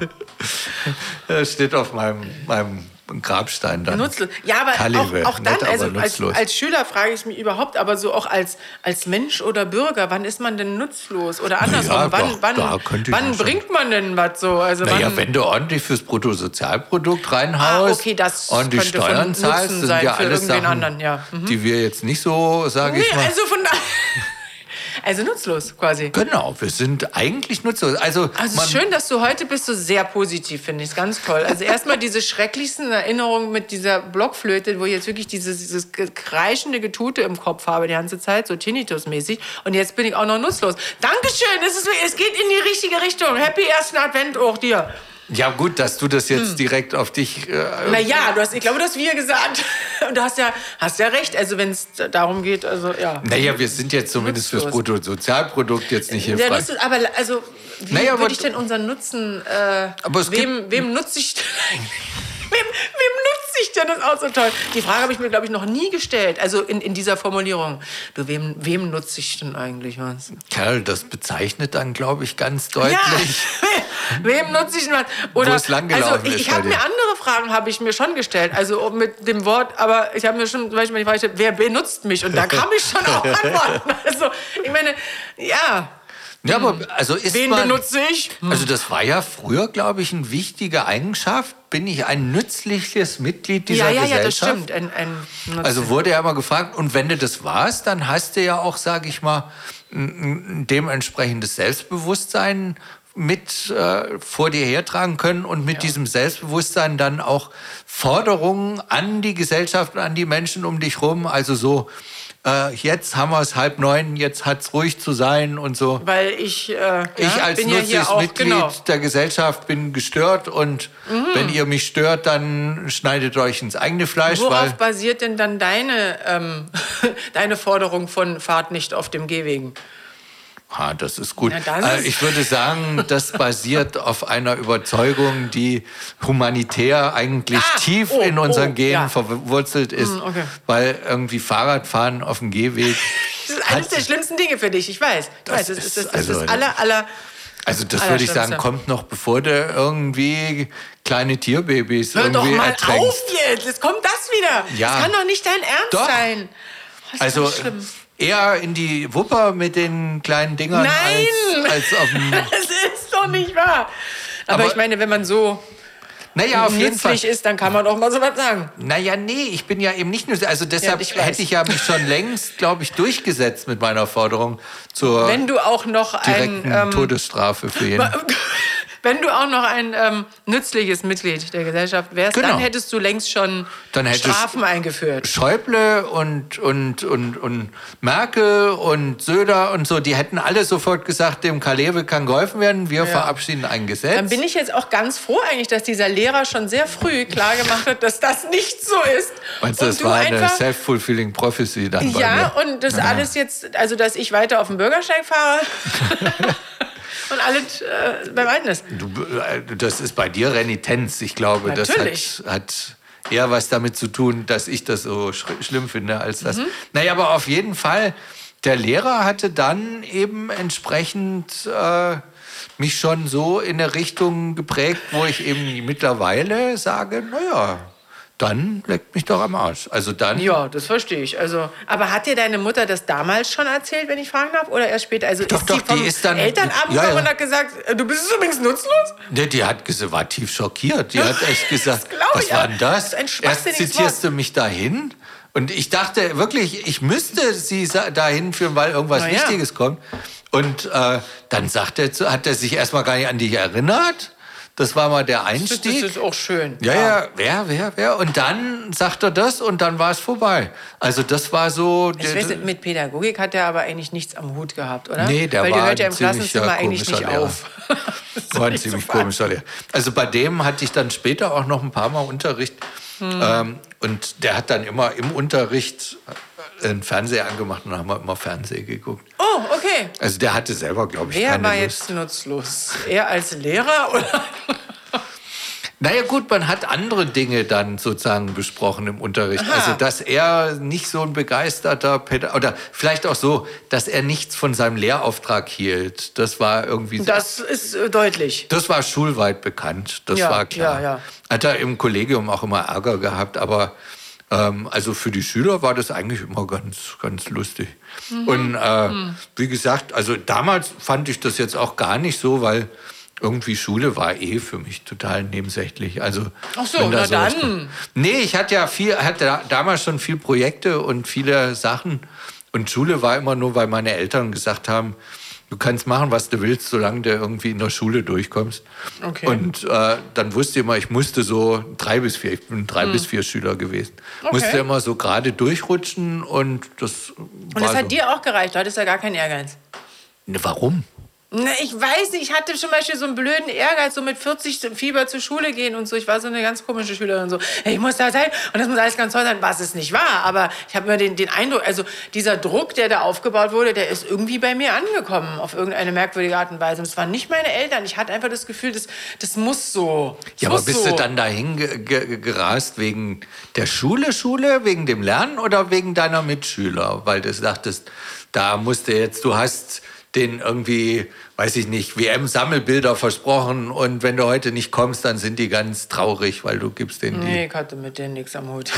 [SPEAKER 2] Das steht auf meinem, meinem Grabstein dann.
[SPEAKER 3] nutzlos. Ja, aber
[SPEAKER 2] Kalibe,
[SPEAKER 3] auch, auch dann,
[SPEAKER 2] nett, aber
[SPEAKER 3] also als,
[SPEAKER 2] nutzlos.
[SPEAKER 3] als Schüler frage ich mich überhaupt, aber so auch als, als Mensch oder Bürger, wann ist man denn nutzlos? Oder andersrum,
[SPEAKER 2] ja,
[SPEAKER 3] wann,
[SPEAKER 2] doch,
[SPEAKER 3] wann,
[SPEAKER 2] da könnte ich mir
[SPEAKER 3] wann
[SPEAKER 2] schon-
[SPEAKER 3] bringt man denn was so? Also
[SPEAKER 2] Naja,
[SPEAKER 3] wann,
[SPEAKER 2] wenn du ordentlich fürs Bruttosozialprodukt reinhaust
[SPEAKER 3] Ah, okay, das
[SPEAKER 2] und die
[SPEAKER 3] könnte von
[SPEAKER 2] Steuern
[SPEAKER 3] Nutzen
[SPEAKER 2] zahlst, das sind
[SPEAKER 3] sein
[SPEAKER 2] ja
[SPEAKER 3] für
[SPEAKER 2] alles
[SPEAKER 3] irgendwen
[SPEAKER 2] Sachen,
[SPEAKER 3] anderen, ja. Mhm.
[SPEAKER 2] die wir jetzt nicht so, sage
[SPEAKER 3] nee,
[SPEAKER 2] ich mal.
[SPEAKER 3] also von da. *laughs* Also nutzlos quasi.
[SPEAKER 2] genau, wir sind eigentlich nutzlos. Also,
[SPEAKER 3] Also
[SPEAKER 2] man,
[SPEAKER 3] schön, dass du heute bist, so sehr positiv, finde ich. Ist Ganz toll. Also erstmal diese schrecklichsten Erinnerungen mit dieser Blockflöte, wo ich jetzt wirklich dieses, dieses ge- kreischende Getute im Kopf habe die ganze Zeit, so Tinnitus-mäßig. Und jetzt bin ich auch noch nutzlos. Dankeschön, es, ist, es geht in die richtige Richtung. Happy ersten Advent auch dir.
[SPEAKER 2] ja gut, dass du das
[SPEAKER 3] Hm.
[SPEAKER 2] jetzt direkt auf dich äh,
[SPEAKER 3] Naja, du hast, ich glaube, du hast wir gesagt. *laughs* Und du hast ja, hast ja recht. Also wenn es darum geht, also ja.
[SPEAKER 2] Naja, wir sind jetzt zumindest fürs
[SPEAKER 3] Nutzlos.
[SPEAKER 2] Bruttosozialprodukt jetzt nicht
[SPEAKER 3] Der
[SPEAKER 2] hilfreich.
[SPEAKER 3] Nutzen, aber also, wie
[SPEAKER 2] Naja, aber-
[SPEAKER 3] würde ich denn unseren Nutzen, äh,
[SPEAKER 2] Aber es
[SPEAKER 3] wem, wem nutze ich denn, wem, wem nutze ich denn das ist auch so toll? Die Frage habe ich mir, glaube ich, noch nie gestellt, also in, in dieser Formulierung. Du, wem, wem nutze ich denn eigentlich was?
[SPEAKER 2] Kerl, das bezeichnet dann, glaube ich, ganz
[SPEAKER 3] Ja,
[SPEAKER 2] deutlich.
[SPEAKER 3] *laughs* wem nutze ich denn was? Oder,
[SPEAKER 2] Wo es langgelaufen
[SPEAKER 3] also,
[SPEAKER 2] ist
[SPEAKER 3] ich, ich
[SPEAKER 2] bei
[SPEAKER 3] habe
[SPEAKER 2] dir.
[SPEAKER 3] mir andere Fragen habe ich mir schon gestellt, also mit dem Wort, aber ich habe mir schon zum Beispiel die Frage gestellt, wer benutzt mich? Und da kam ich
[SPEAKER 2] *laughs*
[SPEAKER 3] schon auf Antworten. Also, ich meine, ja,
[SPEAKER 2] Ja, aber also ist
[SPEAKER 3] wen Hm.
[SPEAKER 2] man,
[SPEAKER 3] benutze ich?
[SPEAKER 2] Also das war ja früher, glaube ich, eine wichtige Eigenschaft. Bin ich ein nützliches Mitglied dieser
[SPEAKER 3] Ja, ja, ja, das
[SPEAKER 2] Gesellschaft?
[SPEAKER 3] stimmt. Ein, ein Nutzen.
[SPEAKER 2] Also wurde ja immer gefragt, und wenn du das warst, dann hast du ja auch, sage ich mal, ein ein dementsprechendes Selbstbewusstsein mit äh, vor dir hertragen können und mit diesem Selbstbewusstsein dann auch Forderungen an die Gesellschaft und an die Menschen um dich rum. Also so, äh, jetzt haben wir es halb neun, jetzt hat es ruhig zu sein und so.
[SPEAKER 3] weil ich, äh,
[SPEAKER 2] Ich
[SPEAKER 3] ja,
[SPEAKER 2] als
[SPEAKER 3] bin ja
[SPEAKER 2] nützliches
[SPEAKER 3] hier auch,
[SPEAKER 2] Mitglied
[SPEAKER 3] genau. Mhm.
[SPEAKER 2] der Gesellschaft bin gestört und wenn ihr mich stört, dann schneidet euch ins eigene Fleisch,
[SPEAKER 3] Worauf
[SPEAKER 2] weil
[SPEAKER 3] basiert denn dann deine, ähm, *laughs* deine Forderung von Fahrt nicht auf dem Gehwegen?
[SPEAKER 2] Ah, das ist gut.
[SPEAKER 3] Na, dann
[SPEAKER 2] Äh,
[SPEAKER 3] ist-
[SPEAKER 2] ich würde sagen,
[SPEAKER 3] *laughs*
[SPEAKER 2] das basiert auf einer Überzeugung, die humanitär eigentlich
[SPEAKER 3] Ah,
[SPEAKER 2] tief
[SPEAKER 3] oh,
[SPEAKER 2] in unseren
[SPEAKER 3] oh,
[SPEAKER 2] Genen
[SPEAKER 3] ja.
[SPEAKER 2] verwurzelt ist,
[SPEAKER 3] Hm, okay.
[SPEAKER 2] weil irgendwie Fahrradfahren auf dem Gehweg.
[SPEAKER 3] Das ist eines
[SPEAKER 2] Hat-
[SPEAKER 3] der schlimmsten Dinge für dich, ich
[SPEAKER 2] Halt
[SPEAKER 3] weiß. Ich
[SPEAKER 2] Das
[SPEAKER 3] weiß, das
[SPEAKER 2] ist
[SPEAKER 3] ist das, das,
[SPEAKER 2] also-
[SPEAKER 3] ist aller, aller.
[SPEAKER 2] Also das
[SPEAKER 3] Ah,
[SPEAKER 2] würde ich
[SPEAKER 3] stimmt,
[SPEAKER 2] sagen,
[SPEAKER 3] stimmt.
[SPEAKER 2] kommt noch bevor du irgendwie kleine Tierbabys
[SPEAKER 3] Hör doch
[SPEAKER 2] irgendwie
[SPEAKER 3] mal
[SPEAKER 2] ertränkst.
[SPEAKER 3] auf jetzt, jetzt kommt das wieder.
[SPEAKER 2] Ja.
[SPEAKER 3] Das kann doch nicht dein Ernst
[SPEAKER 2] Doch.
[SPEAKER 3] sein. Oh, ist
[SPEAKER 2] Also
[SPEAKER 3] ganz schlimm.
[SPEAKER 2] eher in die Wupper mit den kleinen Dingern
[SPEAKER 3] Nein!
[SPEAKER 2] als, als auf dem.
[SPEAKER 3] *laughs* Das ist doch nicht wahr. Aber,
[SPEAKER 2] Aber-
[SPEAKER 3] ich meine, wenn man so
[SPEAKER 2] Naja, auf
[SPEAKER 3] *laughs*
[SPEAKER 2] jeden Fall.
[SPEAKER 3] nützlich ist, dann kann man doch mal so was sagen.
[SPEAKER 2] Naja, nee, ich bin ja eben nicht nur. Also deshalb
[SPEAKER 3] ich weiß.
[SPEAKER 2] hätte ich ja mich schon längst, glaube ich, durchgesetzt mit meiner Forderung zur
[SPEAKER 3] Wenn du auch noch ein
[SPEAKER 2] direkten
[SPEAKER 3] ähm,
[SPEAKER 2] Todesstrafe für jeden.
[SPEAKER 3] Wenn du auch noch ein ähm, nützliches Mitglied der Gesellschaft wärst,
[SPEAKER 2] Genau.
[SPEAKER 3] dann hättest du längst schon
[SPEAKER 2] Dann hättest-
[SPEAKER 3] Strafen eingeführt.
[SPEAKER 2] Schäuble und, und, und, und Merkel und Söder und so, die hätten alle sofort gesagt, dem Kalewe kann geholfen werden, wir verabschieden ein Gesetz.
[SPEAKER 3] Dann bin ich jetzt auch ganz froh eigentlich, dass dieser Lehrer schon sehr früh klar gemacht hat, dass das nicht so ist.
[SPEAKER 2] Meinst du,
[SPEAKER 3] Und
[SPEAKER 2] das
[SPEAKER 3] du
[SPEAKER 2] war eine ne?
[SPEAKER 3] einfach-
[SPEAKER 2] self-fulfilling prophecy dann bei
[SPEAKER 3] Ja,
[SPEAKER 2] mir?
[SPEAKER 3] und das alles jetzt, also dass ich weiter auf dem
[SPEAKER 2] *laughs*
[SPEAKER 3] Bürgersteig fahre und alles äh, beim alten ist.
[SPEAKER 2] Du, äh, das ist bei dir Renitenz. Ich glaube,
[SPEAKER 3] Natürlich.
[SPEAKER 2] das hat, hat eher was damit zu tun, dass ich das so sch schlimm finde als das. Naja, aber auf jeden Fall, der Lehrer hatte dann eben entsprechend äh, mich schon so in eine Richtung geprägt, wo ich eben mittlerweile sage, naja, dann leckt mich doch am Arsch. Also dann,
[SPEAKER 3] Ja, das verstehe ich. Also, aber hat dir deine Mutter das damals schon erzählt, wenn ich fragen darf? Oder erst später? Also
[SPEAKER 2] Doch,
[SPEAKER 3] ist
[SPEAKER 2] doch,
[SPEAKER 3] die vom
[SPEAKER 2] die ist dann-
[SPEAKER 3] Elternabend
[SPEAKER 2] Ja, ja.
[SPEAKER 3] gekommen und hat gesagt, äh, du bist übrigens nutzlos?
[SPEAKER 2] ne, die hat ges- war tief schockiert. Die hat
[SPEAKER 3] *laughs*
[SPEAKER 2] echt gesagt,
[SPEAKER 3] glaub
[SPEAKER 2] was
[SPEAKER 3] ich,
[SPEAKER 2] war
[SPEAKER 3] aber
[SPEAKER 2] denn
[SPEAKER 3] das
[SPEAKER 2] das?
[SPEAKER 3] ist ein
[SPEAKER 2] Erst
[SPEAKER 3] schwachsinniges
[SPEAKER 2] zitierst du mich dahin. Und ich dachte wirklich, ich müsste sie sa- dahin führen, weil irgendwas
[SPEAKER 3] Na ja.
[SPEAKER 2] Wichtiges kommt. Und äh, dann sagt er, zu- hat er sich erstmal gar nicht an dich erinnert. Das war mal der
[SPEAKER 3] Das,
[SPEAKER 2] Einstieg.
[SPEAKER 3] das ist auch schön.
[SPEAKER 2] Ja, ja, wer, wer, wer. Und dann sagt er das und dann war es vorbei. Also das war so.
[SPEAKER 3] Ich weiß nicht, mit Pädagogik hat er aber eigentlich nichts am Hut gehabt, oder?
[SPEAKER 2] Nee, der
[SPEAKER 3] Weil
[SPEAKER 2] war
[SPEAKER 3] die hört ja
[SPEAKER 2] ein
[SPEAKER 3] im
[SPEAKER 2] ziemlicher
[SPEAKER 3] Klassenzimmer eigentlich
[SPEAKER 2] komischer
[SPEAKER 3] nicht
[SPEAKER 2] Lehrer.
[SPEAKER 3] auf. Das ist
[SPEAKER 2] Das *laughs* war ein
[SPEAKER 3] nicht zu
[SPEAKER 2] ziemlich
[SPEAKER 3] fassen.
[SPEAKER 2] komischer Lehrer. Also bei dem hatte ich dann später
[SPEAKER 3] Hm.
[SPEAKER 2] auch noch ein paar Mal Unterricht. Ähm, und der hat dann immer im Unterricht einen Fernseher angemacht und haben immer Fernsehen geguckt.
[SPEAKER 3] Oh, okay.
[SPEAKER 2] Also der hatte selber, glaube ich,
[SPEAKER 3] Er
[SPEAKER 2] keine
[SPEAKER 3] war
[SPEAKER 2] Lust.
[SPEAKER 3] jetzt nutzlos. Er als Lehrer
[SPEAKER 2] *laughs*
[SPEAKER 3] oder?
[SPEAKER 2] Naja gut, man hat andere Dinge dann sozusagen besprochen im Unterricht.
[SPEAKER 3] Aha.
[SPEAKER 2] Also dass er nicht so ein begeisterter Pädagoge, oder vielleicht auch so, dass er nichts von seinem Lehrauftrag hielt. Das war irgendwie so.
[SPEAKER 3] Das ist äh, deutlich.
[SPEAKER 2] Das war schulweit bekannt, das
[SPEAKER 3] Ja,
[SPEAKER 2] war klar.
[SPEAKER 3] ja, ja.
[SPEAKER 2] Hat er im Kollegium auch immer Ärger gehabt, aber ähm, also für die Schüler war das eigentlich immer ganz, ganz lustig.
[SPEAKER 3] Mhm.
[SPEAKER 2] Und äh, wie gesagt, also damals fand ich das jetzt auch gar nicht so, weil irgendwie Schule war eh für mich total nebensächlich. Also
[SPEAKER 3] Ach so,
[SPEAKER 2] wenn da
[SPEAKER 3] na
[SPEAKER 2] sowas
[SPEAKER 3] dann.
[SPEAKER 2] kommt. Nee, ich hatte ja viel, hatte da- damals schon viel Projekte und viele Sachen. Und Schule war immer nur, weil meine Eltern gesagt haben, du kannst machen, was du willst, solange du irgendwie in der Schule durchkommst.
[SPEAKER 3] Okay.
[SPEAKER 2] Und äh, dann wusste ich immer, ich musste so drei bis vier, ich bin drei
[SPEAKER 3] Hm.
[SPEAKER 2] bis vier Schüler gewesen, musste immer so gerade durchrutschen und das
[SPEAKER 3] Und das
[SPEAKER 2] war
[SPEAKER 3] hat
[SPEAKER 2] so.
[SPEAKER 3] dir auch gereicht. Du hattest ja gar keinen Ehrgeiz.
[SPEAKER 2] Ne, warum?
[SPEAKER 3] Na, ich weiß nicht, ich hatte zum Beispiel so einen blöden Ehrgeiz, so mit 40 zum Fieber zur Schule gehen und so. Ich war so eine ganz komische Schülerin, so, hey, ich muss da sein und das muss alles ganz toll sein, was es nicht war. Aber ich habe immer den, den Eindruck, also dieser Druck, der da aufgebaut wurde, der ist irgendwie bei mir angekommen, auf irgendeine merkwürdige Art und Weise. Und es waren nicht meine Eltern. Ich hatte einfach das Gefühl, das, das muss so. Das
[SPEAKER 2] Ja, aber
[SPEAKER 3] muss
[SPEAKER 2] bist
[SPEAKER 3] so.
[SPEAKER 2] du dann dahin ge ge gerast wegen der Schule, Schule, wegen dem Lernen oder wegen deiner Mitschüler? Weil du sagtest, da musst du jetzt, du hast den irgendwie, weiß ich nicht, WM-Sammelbilder versprochen und wenn du heute nicht kommst, dann sind die ganz traurig, weil du gibst denen die.
[SPEAKER 3] Nee, ich hatte mit denen nichts am
[SPEAKER 2] *laughs*
[SPEAKER 3] Hut.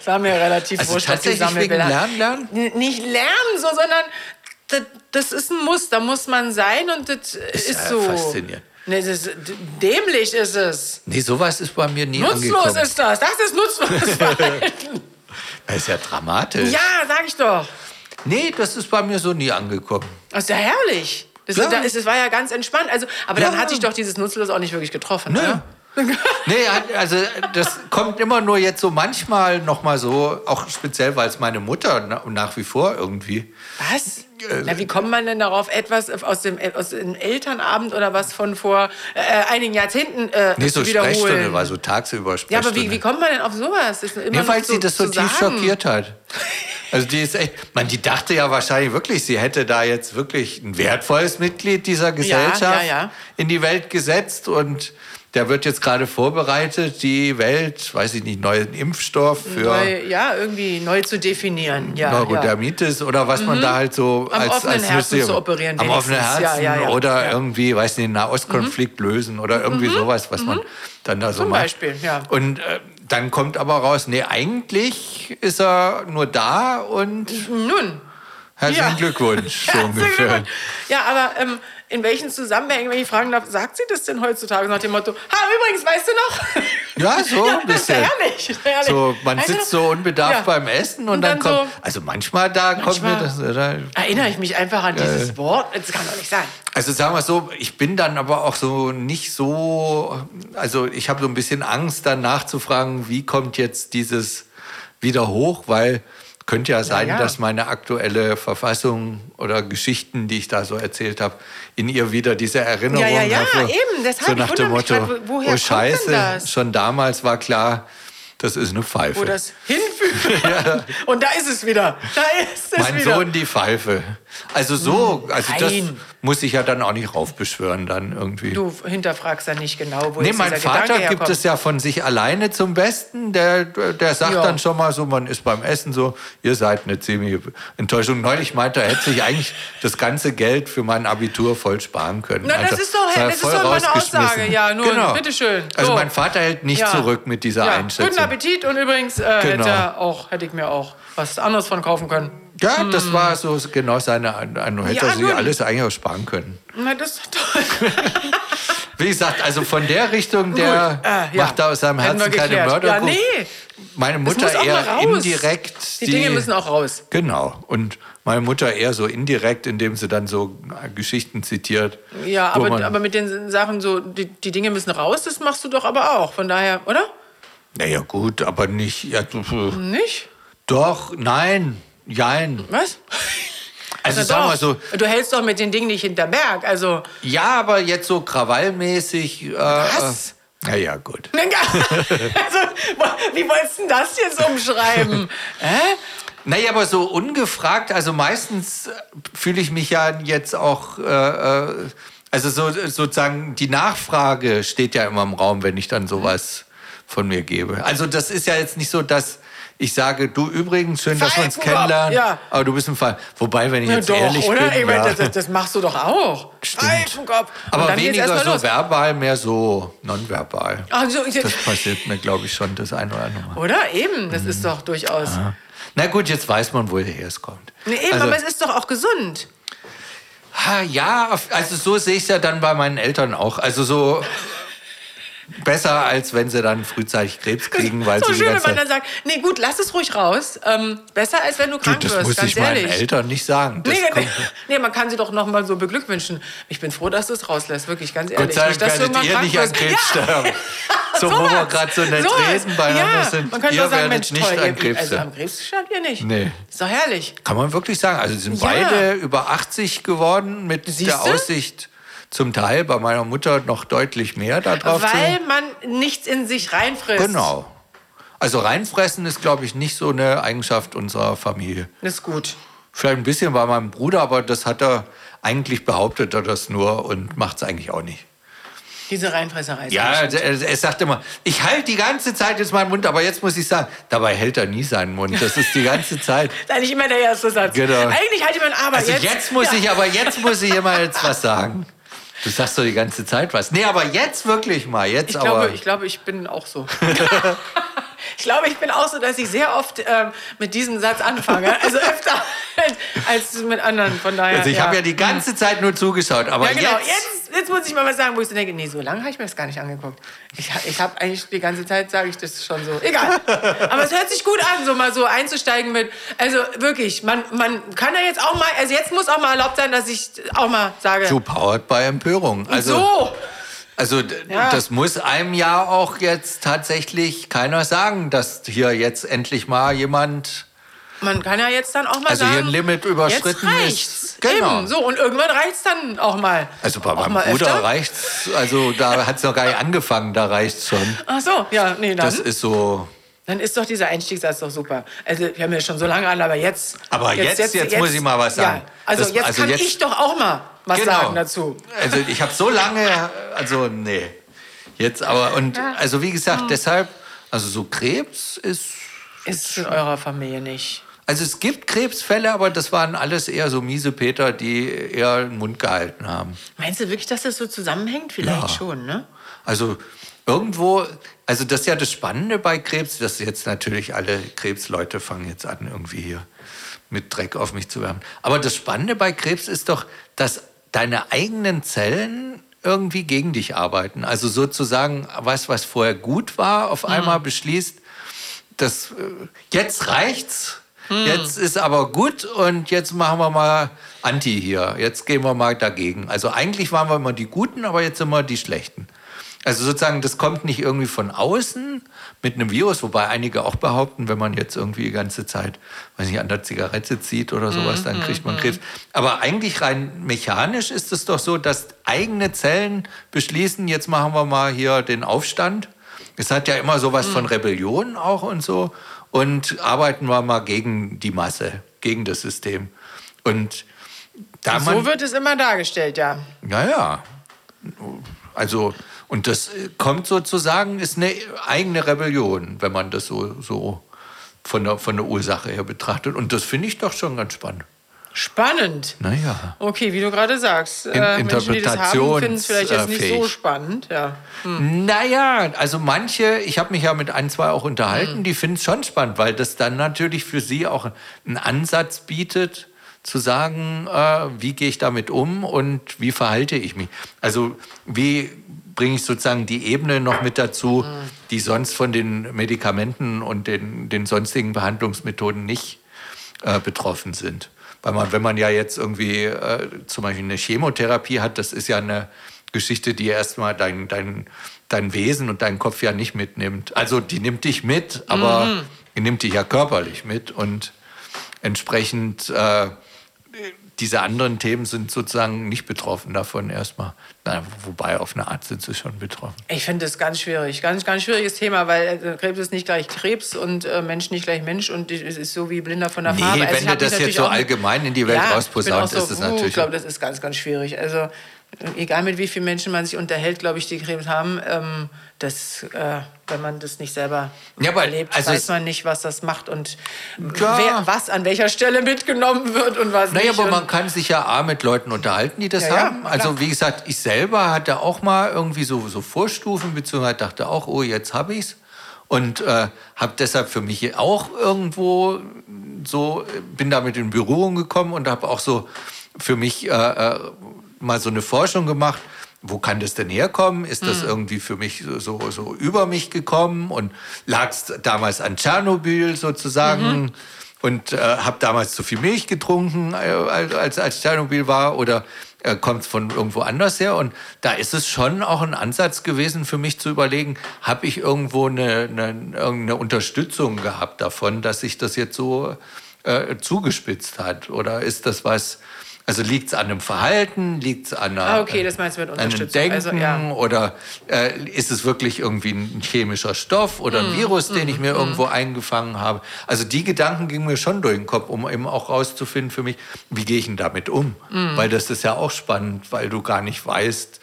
[SPEAKER 3] Es war mir relativ
[SPEAKER 2] Also
[SPEAKER 3] wurscht, was die
[SPEAKER 2] tatsächlich wegen
[SPEAKER 3] Sammelbilder-
[SPEAKER 2] Lernen, Lernen?
[SPEAKER 3] N- Nicht lernen, so, sondern das, das ist ein Muss, da muss man sein und das ist,
[SPEAKER 2] ja
[SPEAKER 3] so.
[SPEAKER 2] äh, faszinierend.
[SPEAKER 3] Nee, das ist, d- dämlich ist es.
[SPEAKER 2] Nee, sowas ist bei mir nie
[SPEAKER 3] Nutzlos
[SPEAKER 2] angekommen.
[SPEAKER 3] ist das. Das ist
[SPEAKER 2] *laughs*
[SPEAKER 3] nutzlos. Verhalten.
[SPEAKER 2] Das ist ja dramatisch.
[SPEAKER 3] ja, sag ich doch.
[SPEAKER 2] Nee, das ist bei mir so nie angekommen.
[SPEAKER 3] Das ist ja herrlich. Das,
[SPEAKER 2] Ja.
[SPEAKER 3] ist, das, das war ja ganz entspannt. Also, aber
[SPEAKER 2] Ja.
[SPEAKER 3] dann hatte ich doch dieses Nutzlos auch nicht wirklich getroffen.
[SPEAKER 2] Nö.
[SPEAKER 3] *laughs*
[SPEAKER 2] *laughs*
[SPEAKER 3] Ne?
[SPEAKER 2] Nee, hat- also das kommt immer nur jetzt so manchmal nochmal so, auch speziell, weil es meine Mutter na, nach wie vor irgendwie.
[SPEAKER 3] Was?
[SPEAKER 2] Äh,
[SPEAKER 3] Na, wie kommt man denn darauf, etwas aus dem, äh, aus dem Elternabend oder was von vor äh, einigen Jahrzehnten äh,
[SPEAKER 2] Nee, so
[SPEAKER 3] zu wiederholen?
[SPEAKER 2] Sprechstunde war so tagsüber
[SPEAKER 3] ja,
[SPEAKER 2] Sprechstunde.
[SPEAKER 3] aber wie, wie kommt man denn auf sowas? Das ist immer
[SPEAKER 2] nee, weil
[SPEAKER 3] noch
[SPEAKER 2] sie das so
[SPEAKER 3] zu
[SPEAKER 2] tief
[SPEAKER 3] sagen.
[SPEAKER 2] schockiert hat. Also die ist echt, man, die dachte ja wahrscheinlich wirklich, sie hätte da jetzt wirklich ein wertvolles Mitglied dieser Gesellschaft
[SPEAKER 3] ja, ja.
[SPEAKER 2] in die Welt gesetzt und der wird jetzt gerade vorbereitet, die Welt, weiß ich nicht, neuen Impfstoff für
[SPEAKER 3] Neu, ja, irgendwie neu zu definieren. Ja, ja. Mhm.
[SPEAKER 2] Neurodermitis oder was man da halt so
[SPEAKER 3] Am
[SPEAKER 2] als,
[SPEAKER 3] offenen
[SPEAKER 2] als
[SPEAKER 3] Herzen
[SPEAKER 2] Mysterium-
[SPEAKER 3] zu operieren
[SPEAKER 2] Am offenen Herzen
[SPEAKER 3] wenigstens. Ja, ja, ja.
[SPEAKER 2] oder
[SPEAKER 3] Ja. Mhm.
[SPEAKER 2] irgendwie, weiß nicht, den Nahostkonflikt lösen oder irgendwie sowas, was man dann da so
[SPEAKER 3] Zum
[SPEAKER 2] macht.
[SPEAKER 3] Beispiel, ja.
[SPEAKER 2] Und äh, dann kommt aber raus, nee, eigentlich ist er nur da und
[SPEAKER 3] Nun.
[SPEAKER 2] herzlichen
[SPEAKER 3] Ja. *laughs*
[SPEAKER 2] Glückwunsch, so
[SPEAKER 3] Herzlichen
[SPEAKER 2] ungefähr.
[SPEAKER 3] Glückwunsch. Ja, aber ähm, in welchen Zusammenhängen, wenn ich fragen darf, sagt sie das denn heutzutage nach dem Motto, ha, übrigens, weißt du noch? *laughs*
[SPEAKER 2] Ja, so ein
[SPEAKER 3] das ist
[SPEAKER 2] bisschen.
[SPEAKER 3] ja Also, herrlich. das ist ja herrlich.
[SPEAKER 2] So, man
[SPEAKER 3] Weißt du
[SPEAKER 2] sitzt
[SPEAKER 3] noch?
[SPEAKER 2] so unbedarft
[SPEAKER 3] Ja.
[SPEAKER 2] beim Essen und,
[SPEAKER 3] Und
[SPEAKER 2] dann,
[SPEAKER 3] dann
[SPEAKER 2] kommt,
[SPEAKER 3] so-
[SPEAKER 2] also manchmal da kommt mir
[SPEAKER 3] Manchmal-
[SPEAKER 2] das, äh, oder?
[SPEAKER 3] Erinnere ich mich einfach an dieses Wort? Das kann doch nicht sein.
[SPEAKER 2] Also sagen wir es so, ich bin dann aber auch so nicht so, also ich habe so ein bisschen Angst, dann nachzufragen, wie kommt jetzt dieses wieder hoch, weil könnte ja sein,
[SPEAKER 3] ja.
[SPEAKER 2] dass meine aktuelle Verfassung oder Geschichten, die ich da so erzählt habe, in ihr wieder diese Erinnerung also
[SPEAKER 3] Ja, ja, ja, eben, deshalb,
[SPEAKER 2] so
[SPEAKER 3] ich
[SPEAKER 2] nach dem Motto,
[SPEAKER 3] wundere mich grad, wo- woher
[SPEAKER 2] oh
[SPEAKER 3] kommt
[SPEAKER 2] Scheiße,
[SPEAKER 3] denn das?
[SPEAKER 2] schon damals war klar, das ist eine Pfeife.
[SPEAKER 3] Wo das
[SPEAKER 2] *laughs*
[SPEAKER 3] hinführt. Und da ist es wieder. Da ist es
[SPEAKER 2] mein
[SPEAKER 3] wieder. Hm,
[SPEAKER 2] Sohn die Pfeife. Also so, also das
[SPEAKER 3] Nein.
[SPEAKER 2] muss ich ja dann auch nicht raufbeschwören dann irgendwie.
[SPEAKER 3] Du hinterfragst ja nicht genau, wo
[SPEAKER 2] Nee,
[SPEAKER 3] jetzt
[SPEAKER 2] mein
[SPEAKER 3] dieser
[SPEAKER 2] Vater
[SPEAKER 3] Gedanke
[SPEAKER 2] gibt
[SPEAKER 3] herkommt.
[SPEAKER 2] es ja von sich alleine zum Besten. Der, der sagt
[SPEAKER 3] Ja.
[SPEAKER 2] dann schon mal so, man ist beim Essen so, ihr seid eine ziemliche Enttäuschung. Neulich meinte er, hätte sich eigentlich das ganze Geld für mein Abitur voll sparen können.
[SPEAKER 3] Na, das
[SPEAKER 2] Also,
[SPEAKER 3] ist doch-
[SPEAKER 2] sei
[SPEAKER 3] das ist
[SPEAKER 2] voll
[SPEAKER 3] doch mal eine
[SPEAKER 2] rausgeschmissen.
[SPEAKER 3] Aussage. Ja, nun,
[SPEAKER 2] genau.
[SPEAKER 3] bitteschön.
[SPEAKER 2] Also
[SPEAKER 3] So.
[SPEAKER 2] mein Vater hält nicht
[SPEAKER 3] Ja.
[SPEAKER 2] zurück mit dieser
[SPEAKER 3] ja.
[SPEAKER 2] Einschätzung.
[SPEAKER 3] Guten Appetit und übrigens äh,
[SPEAKER 2] Genau.
[SPEAKER 3] hätte, auch, hätte ich mir auch was anderes von kaufen können.
[SPEAKER 2] Ja, das war so genau seine Einschätzung. Hätte
[SPEAKER 3] Hm. Ja,
[SPEAKER 2] er sich
[SPEAKER 3] nun.
[SPEAKER 2] alles eigentlich auch sparen können.
[SPEAKER 3] Na, das ist
[SPEAKER 2] *laughs*
[SPEAKER 3] doch toll.
[SPEAKER 2] Wie gesagt, also von der Richtung, der
[SPEAKER 3] äh, ja.
[SPEAKER 2] macht da aus seinem
[SPEAKER 3] Hätten
[SPEAKER 2] Herzen
[SPEAKER 3] wir
[SPEAKER 2] keine
[SPEAKER 3] geklärt.
[SPEAKER 2] Mörder.
[SPEAKER 3] Ja, nee.
[SPEAKER 2] Meine
[SPEAKER 3] Das
[SPEAKER 2] Mutter
[SPEAKER 3] muss auch mal
[SPEAKER 2] eher
[SPEAKER 3] raus.
[SPEAKER 2] indirekt.
[SPEAKER 3] Die, Dinge müssen auch raus.
[SPEAKER 2] Genau. Und meine Mutter eher so indirekt, indem sie dann so äh, Geschichten zitiert.
[SPEAKER 3] Ja,
[SPEAKER 2] wo
[SPEAKER 3] aber,
[SPEAKER 2] man-
[SPEAKER 3] aber mit den Sachen so, die, die Dinge müssen raus, das machst du doch aber auch. Von daher, oder?
[SPEAKER 2] Naja, gut, aber nicht. Ja, du-
[SPEAKER 3] Nicht?
[SPEAKER 2] doch, nein, jein.
[SPEAKER 3] Was?
[SPEAKER 2] Also
[SPEAKER 3] *laughs* Na
[SPEAKER 2] sagen wir
[SPEAKER 3] doch.
[SPEAKER 2] so,
[SPEAKER 3] Du hältst doch mit den Dingen nicht hinter Berg. Also.
[SPEAKER 2] ja, aber jetzt so krawallmäßig. Äh,
[SPEAKER 3] Was?
[SPEAKER 2] Naja, gut. *laughs*
[SPEAKER 3] also, wie wolltest du denn das jetzt umschreiben? Hä?
[SPEAKER 2] Naja, aber so ungefragt, also meistens äh, fühle ich mich ja jetzt auch, äh, äh, also so, sozusagen die Nachfrage steht ja immer im Raum, wenn ich dann sowas von mir gebe. Also das ist ja jetzt nicht so, dass ich sage, du übrigens, schön, dass wir uns
[SPEAKER 3] Pfeifenkorb,
[SPEAKER 2] kennenlernen,
[SPEAKER 3] ja.
[SPEAKER 2] aber du bist ein Fall. Wobei, wenn ich
[SPEAKER 3] Ja,
[SPEAKER 2] jetzt ehrlich
[SPEAKER 3] doch, oder?
[SPEAKER 2] bin,
[SPEAKER 3] ich meine,
[SPEAKER 2] ja,
[SPEAKER 3] das, das machst du doch auch.
[SPEAKER 2] *laughs* Stimmt.
[SPEAKER 3] Pfeifenkopf. Und
[SPEAKER 2] aber
[SPEAKER 3] dann geht's
[SPEAKER 2] weniger
[SPEAKER 3] erstmal
[SPEAKER 2] so
[SPEAKER 3] los.
[SPEAKER 2] verbal, mehr so nonverbal.
[SPEAKER 3] Also, ich-
[SPEAKER 2] Das passiert mir, glaube ich, schon das eine oder andere Mal.
[SPEAKER 3] oder? Eben,
[SPEAKER 2] Mhm.
[SPEAKER 3] das ist doch durchaus.
[SPEAKER 2] Na gut, jetzt weiß man, woher es kommt.
[SPEAKER 3] Nee, eben,
[SPEAKER 2] Also-
[SPEAKER 3] aber es ist doch auch gesund.
[SPEAKER 2] Ha, ja, auf- also so sehe ich es ja dann bei meinen Eltern auch. Also so besser, als wenn sie dann frühzeitig Krebs kriegen, weil
[SPEAKER 3] so
[SPEAKER 2] sie die
[SPEAKER 3] schön, wenn
[SPEAKER 2] ganze
[SPEAKER 3] man dann
[SPEAKER 2] Zeit,
[SPEAKER 3] sagt, nee gut, lass es ruhig raus. Ähm, besser als wenn du
[SPEAKER 2] du,
[SPEAKER 3] krank
[SPEAKER 2] das
[SPEAKER 3] wirst,
[SPEAKER 2] muss
[SPEAKER 3] ganz
[SPEAKER 2] ich meinen
[SPEAKER 3] ehrlich.
[SPEAKER 2] Eltern nicht sagen. Das
[SPEAKER 3] Nee, nee,
[SPEAKER 2] kommt,
[SPEAKER 3] *laughs* nee, man kann sie doch noch mal so beglückwünschen. Ich bin froh, dass du es rauslässt, wirklich, ganz
[SPEAKER 2] Gott
[SPEAKER 3] ehrlich.
[SPEAKER 2] sei
[SPEAKER 3] Nicht,
[SPEAKER 2] Dank
[SPEAKER 3] dass du
[SPEAKER 2] werdet
[SPEAKER 3] irgendwann
[SPEAKER 2] ihr
[SPEAKER 3] krank
[SPEAKER 2] nicht an Krebs
[SPEAKER 3] wirst.
[SPEAKER 2] sterben.
[SPEAKER 3] *laughs*
[SPEAKER 2] So, wo wir
[SPEAKER 3] sowas.
[SPEAKER 2] gerade so nett
[SPEAKER 3] Sowas.
[SPEAKER 2] reden beieinander
[SPEAKER 3] ja,
[SPEAKER 2] sind.
[SPEAKER 3] Man könnte
[SPEAKER 2] ihr
[SPEAKER 3] doch sagen,
[SPEAKER 2] werdet
[SPEAKER 3] Mensch,
[SPEAKER 2] nicht
[SPEAKER 3] toll,
[SPEAKER 2] an
[SPEAKER 3] ihr-
[SPEAKER 2] Krebs
[SPEAKER 3] Also
[SPEAKER 2] sterben.
[SPEAKER 3] am Krebs sterbt ihr nicht.
[SPEAKER 2] Nee.
[SPEAKER 3] Ist doch herrlich.
[SPEAKER 2] Kann man wirklich sagen. Also sie sind
[SPEAKER 3] Ja.
[SPEAKER 2] beide über 80 geworden mit der
[SPEAKER 3] du?
[SPEAKER 2] Aussicht zum Teil bei meiner Mutter noch deutlich mehr darauf zu
[SPEAKER 3] Weil man nichts in sich reinfrisst.
[SPEAKER 2] Genau. Also reinfressen ist, glaube ich, nicht so eine Eigenschaft unserer Familie.
[SPEAKER 3] Das ist gut.
[SPEAKER 2] Vielleicht ein bisschen bei meinem Bruder, aber das hat er eigentlich behauptet er das nur und macht es eigentlich auch nicht.
[SPEAKER 3] Diese Reinfresserei. ist
[SPEAKER 2] Ja,
[SPEAKER 3] nicht
[SPEAKER 2] er, er sagt immer, ich halte die ganze Zeit jetzt meinen Mund, aber jetzt muss ich sagen, dabei hält er nie seinen Mund. Das ist die ganze Zeit.
[SPEAKER 3] Das ist eigentlich immer der erste Satz.
[SPEAKER 2] Genau.
[SPEAKER 3] Eigentlich halte ich mein Aber
[SPEAKER 2] Also
[SPEAKER 3] jetzt.
[SPEAKER 2] jetzt, muss
[SPEAKER 3] ja.
[SPEAKER 2] ich, aber jetzt muss ich immer jetzt was sagen. Du sagst doch die ganze Zeit was. Nee, aber jetzt wirklich mal. Jetzt
[SPEAKER 3] Ich
[SPEAKER 2] aber.
[SPEAKER 3] glaube, ich glaube, ich bin
[SPEAKER 2] *laughs*
[SPEAKER 3] auch so. ich glaube, ich bin auch so, dass ich sehr oft ähm, mit diesem Satz anfange. Also öfter *laughs* als mit anderen. Von daher.
[SPEAKER 2] also ich habe ja die ganze Zeit nur zugeschaut, aber
[SPEAKER 3] Ja, genau.
[SPEAKER 2] jetzt,
[SPEAKER 3] Jetzt, jetzt muss ich mal was sagen, wo ich so denke, nee, so lange habe ich mir das gar nicht angeguckt. Ich, ha- ich habe eigentlich die ganze Zeit, sage ich das schon so.
[SPEAKER 2] *laughs*
[SPEAKER 3] Egal. Aber es hört sich gut an, so mal so einzusteigen mit, also wirklich, man, man kann ja jetzt auch mal, also jetzt muss auch mal erlaubt sein, dass ich auch mal sage,
[SPEAKER 2] Du powered by Empörung. Also,
[SPEAKER 3] so.
[SPEAKER 2] also d-
[SPEAKER 3] Ja.
[SPEAKER 2] das muss einem ja auch jetzt tatsächlich keiner sagen, dass hier jetzt endlich mal jemand.
[SPEAKER 3] Man kann ja jetzt dann auch mal
[SPEAKER 2] Also
[SPEAKER 3] sagen,
[SPEAKER 2] hier ein Limit überschritten
[SPEAKER 3] jetzt
[SPEAKER 2] ist.
[SPEAKER 3] reicht's.
[SPEAKER 2] Genau.
[SPEAKER 3] Eben, so und irgendwann reicht's dann auch mal.
[SPEAKER 2] Also bei
[SPEAKER 3] auch
[SPEAKER 2] meinem
[SPEAKER 3] mal
[SPEAKER 2] Bruder
[SPEAKER 3] öfter.
[SPEAKER 2] reicht's. Also da hat's noch gar nicht angefangen, da reicht's schon.
[SPEAKER 3] Ach so, ja, nee, dann,
[SPEAKER 2] Das ist so.
[SPEAKER 3] dann ist doch dieser Einstiegssatz doch super. Also wir haben ja schon so lange an, aber jetzt.
[SPEAKER 2] Aber jetzt- jetzt muss ich mal was sagen.
[SPEAKER 3] Ja, also
[SPEAKER 2] Das-
[SPEAKER 3] jetzt
[SPEAKER 2] also
[SPEAKER 3] kann
[SPEAKER 2] jetzt- Genau.
[SPEAKER 3] ich doch auch mal was sagen dazu.
[SPEAKER 2] Also ich habe so lange, also nee. Jetzt aber und also wie
[SPEAKER 3] Hm.
[SPEAKER 2] gesagt, deshalb also so Krebs ist
[SPEAKER 3] Ist in eurer Familie nicht.
[SPEAKER 2] also es gibt Krebsfälle, aber das waren alles eher so miese Peter, die eher den Mund gehalten haben.
[SPEAKER 3] Meinst du wirklich, dass das so zusammenhängt? Vielleicht
[SPEAKER 2] Ja.
[SPEAKER 3] schon, ne?
[SPEAKER 2] Also irgendwo, also das ist ja das Spannende bei Krebs, dass jetzt natürlich alle Krebsleute fangen jetzt an, irgendwie hier mit Dreck auf mich zu werfen. Aber das Spannende bei Krebs ist doch, dass deine eigenen Zellen irgendwie gegen dich arbeiten. Also sozusagen, was, was vorher gut war, auf einmal beschließt, das, äh, jetzt reicht's. Jetzt ist aber gut und jetzt machen wir mal Anti hier. Jetzt gehen wir mal dagegen. Also eigentlich waren wir immer die Guten, aber jetzt sind wir die Schlechten. Also sozusagen, das kommt nicht irgendwie von außen mit einem Virus, wobei einige auch behaupten, wenn man jetzt irgendwie die ganze Zeit, weiß nicht, an der Zigarette zieht oder sowas, dann kriegt man Krebs. Aber eigentlich rein mechanisch ist es doch so, dass eigene Zellen beschließen, jetzt machen wir mal hier den Aufstand. Es hat ja immer sowas von Rebellion auch und so. Und arbeiten wir mal gegen die Masse, gegen das System. Und da man.
[SPEAKER 3] So wird es immer dargestellt, ja.
[SPEAKER 2] Naja. Also, und das äh, kommt sozusagen, ist eine eigene Rebellion, wenn man das so, so von, der, von der Ursache her betrachtet. Und das finde ich doch schon ganz spannend.
[SPEAKER 3] Spannend.
[SPEAKER 2] Naja.
[SPEAKER 3] Okay, wie du gerade sagst, äh, Menschen, die das haben, finden es vielleicht jetzt nicht so
[SPEAKER 2] interpretationsfähig.
[SPEAKER 3] spannend. Ja.
[SPEAKER 2] Naja, also manche, ich habe mich ja mit ein, zwei auch unterhalten, die finden es schon spannend, weil das dann natürlich für sie auch einen Ansatz bietet, zu sagen, äh, wie gehe ich damit um und wie verhalte ich mich. Also wie bringe ich sozusagen die Ebene noch mit dazu, die sonst von den Medikamenten und den, den sonstigen Behandlungsmethoden nicht äh, betroffen sind. Weil man, wenn man ja jetzt irgendwie äh, zum Beispiel eine Chemotherapie hat, das ist ja eine Geschichte, die erstmal dein, dein, dein Wesen und deinen Kopf ja nicht mitnimmt. Also die nimmt dich mit, aber die nimmt dich ja körperlich mit und entsprechend äh, diese anderen Themen sind sozusagen nicht betroffen davon erstmal. Na, wobei auf eine Art sind sie schon betroffen.
[SPEAKER 3] Ich finde das ganz schwierig, ganz, ganz schwieriges Thema, weil äh, Krebs ist nicht gleich Krebs und äh, Mensch nicht gleich Mensch und es ist so wie blinder von der
[SPEAKER 2] Nee,
[SPEAKER 3] Farbe. Also ich
[SPEAKER 2] wenn du
[SPEAKER 3] hab
[SPEAKER 2] das
[SPEAKER 3] mich
[SPEAKER 2] jetzt
[SPEAKER 3] natürlich
[SPEAKER 2] so
[SPEAKER 3] auch mit-
[SPEAKER 2] allgemein in die Welt
[SPEAKER 3] ich bin
[SPEAKER 2] rausposaunt,
[SPEAKER 3] auch so,
[SPEAKER 2] ist das
[SPEAKER 3] uh, Ich
[SPEAKER 2] natürlich-
[SPEAKER 3] glaube, das ist ganz, ganz schwierig. Also äh, egal mit wie vielen Menschen man sich unterhält, glaube ich, die Krebs haben, ähm, das, äh, wenn man das nicht selber
[SPEAKER 2] Ja, aber
[SPEAKER 3] erlebt,
[SPEAKER 2] also es-
[SPEAKER 3] weiß man nicht, was das macht und
[SPEAKER 2] Ja.
[SPEAKER 3] wer, was an welcher Stelle mitgenommen wird und was
[SPEAKER 2] Naja,
[SPEAKER 3] nicht.
[SPEAKER 2] aber
[SPEAKER 3] und
[SPEAKER 2] man kann sich ja A mit Leuten unterhalten, die das
[SPEAKER 3] Ja, ja,
[SPEAKER 2] haben. also wie gesagt, ich selber hatte auch mal irgendwie so, so Vorstufen, beziehungsweise dachte auch, oh, jetzt habe ich's. Und äh, habe deshalb für mich auch irgendwo so, bin damit in Berührung gekommen und habe auch so für mich äh, äh, mal so eine Forschung gemacht. Wo kann das denn herkommen? Ist das irgendwie für mich so, so, so über mich gekommen? Und lag es damals an Tschernobyl sozusagen? Und äh, habe damals zu viel Milch getrunken, äh, als, als- als Tschernobyl war? Oder äh, kommt es von irgendwo anders her? Und da ist es schon auch ein Ansatz gewesen für mich zu überlegen, habe ich irgendwo eine, eine, irgendeine Unterstützung gehabt davon, dass sich das jetzt so äh, zugespitzt hat? Oder ist das was, also liegt es an einem Verhalten, liegt es an einer,
[SPEAKER 3] Ah, okay, das meinst du mit
[SPEAKER 2] an einem
[SPEAKER 3] Unterstützung.
[SPEAKER 2] Denken
[SPEAKER 3] Also, ja.
[SPEAKER 2] oder äh, ist es wirklich irgendwie ein chemischer Stoff oder
[SPEAKER 3] Mhm,
[SPEAKER 2] ein Virus, den ich mir irgendwo eingefangen habe? Also die Gedanken gingen mir schon durch den Kopf, um eben auch rauszufinden für mich, wie gehe ich denn damit um?
[SPEAKER 3] Mhm.
[SPEAKER 2] Weil das ist ja auch spannend, weil du gar nicht weißt,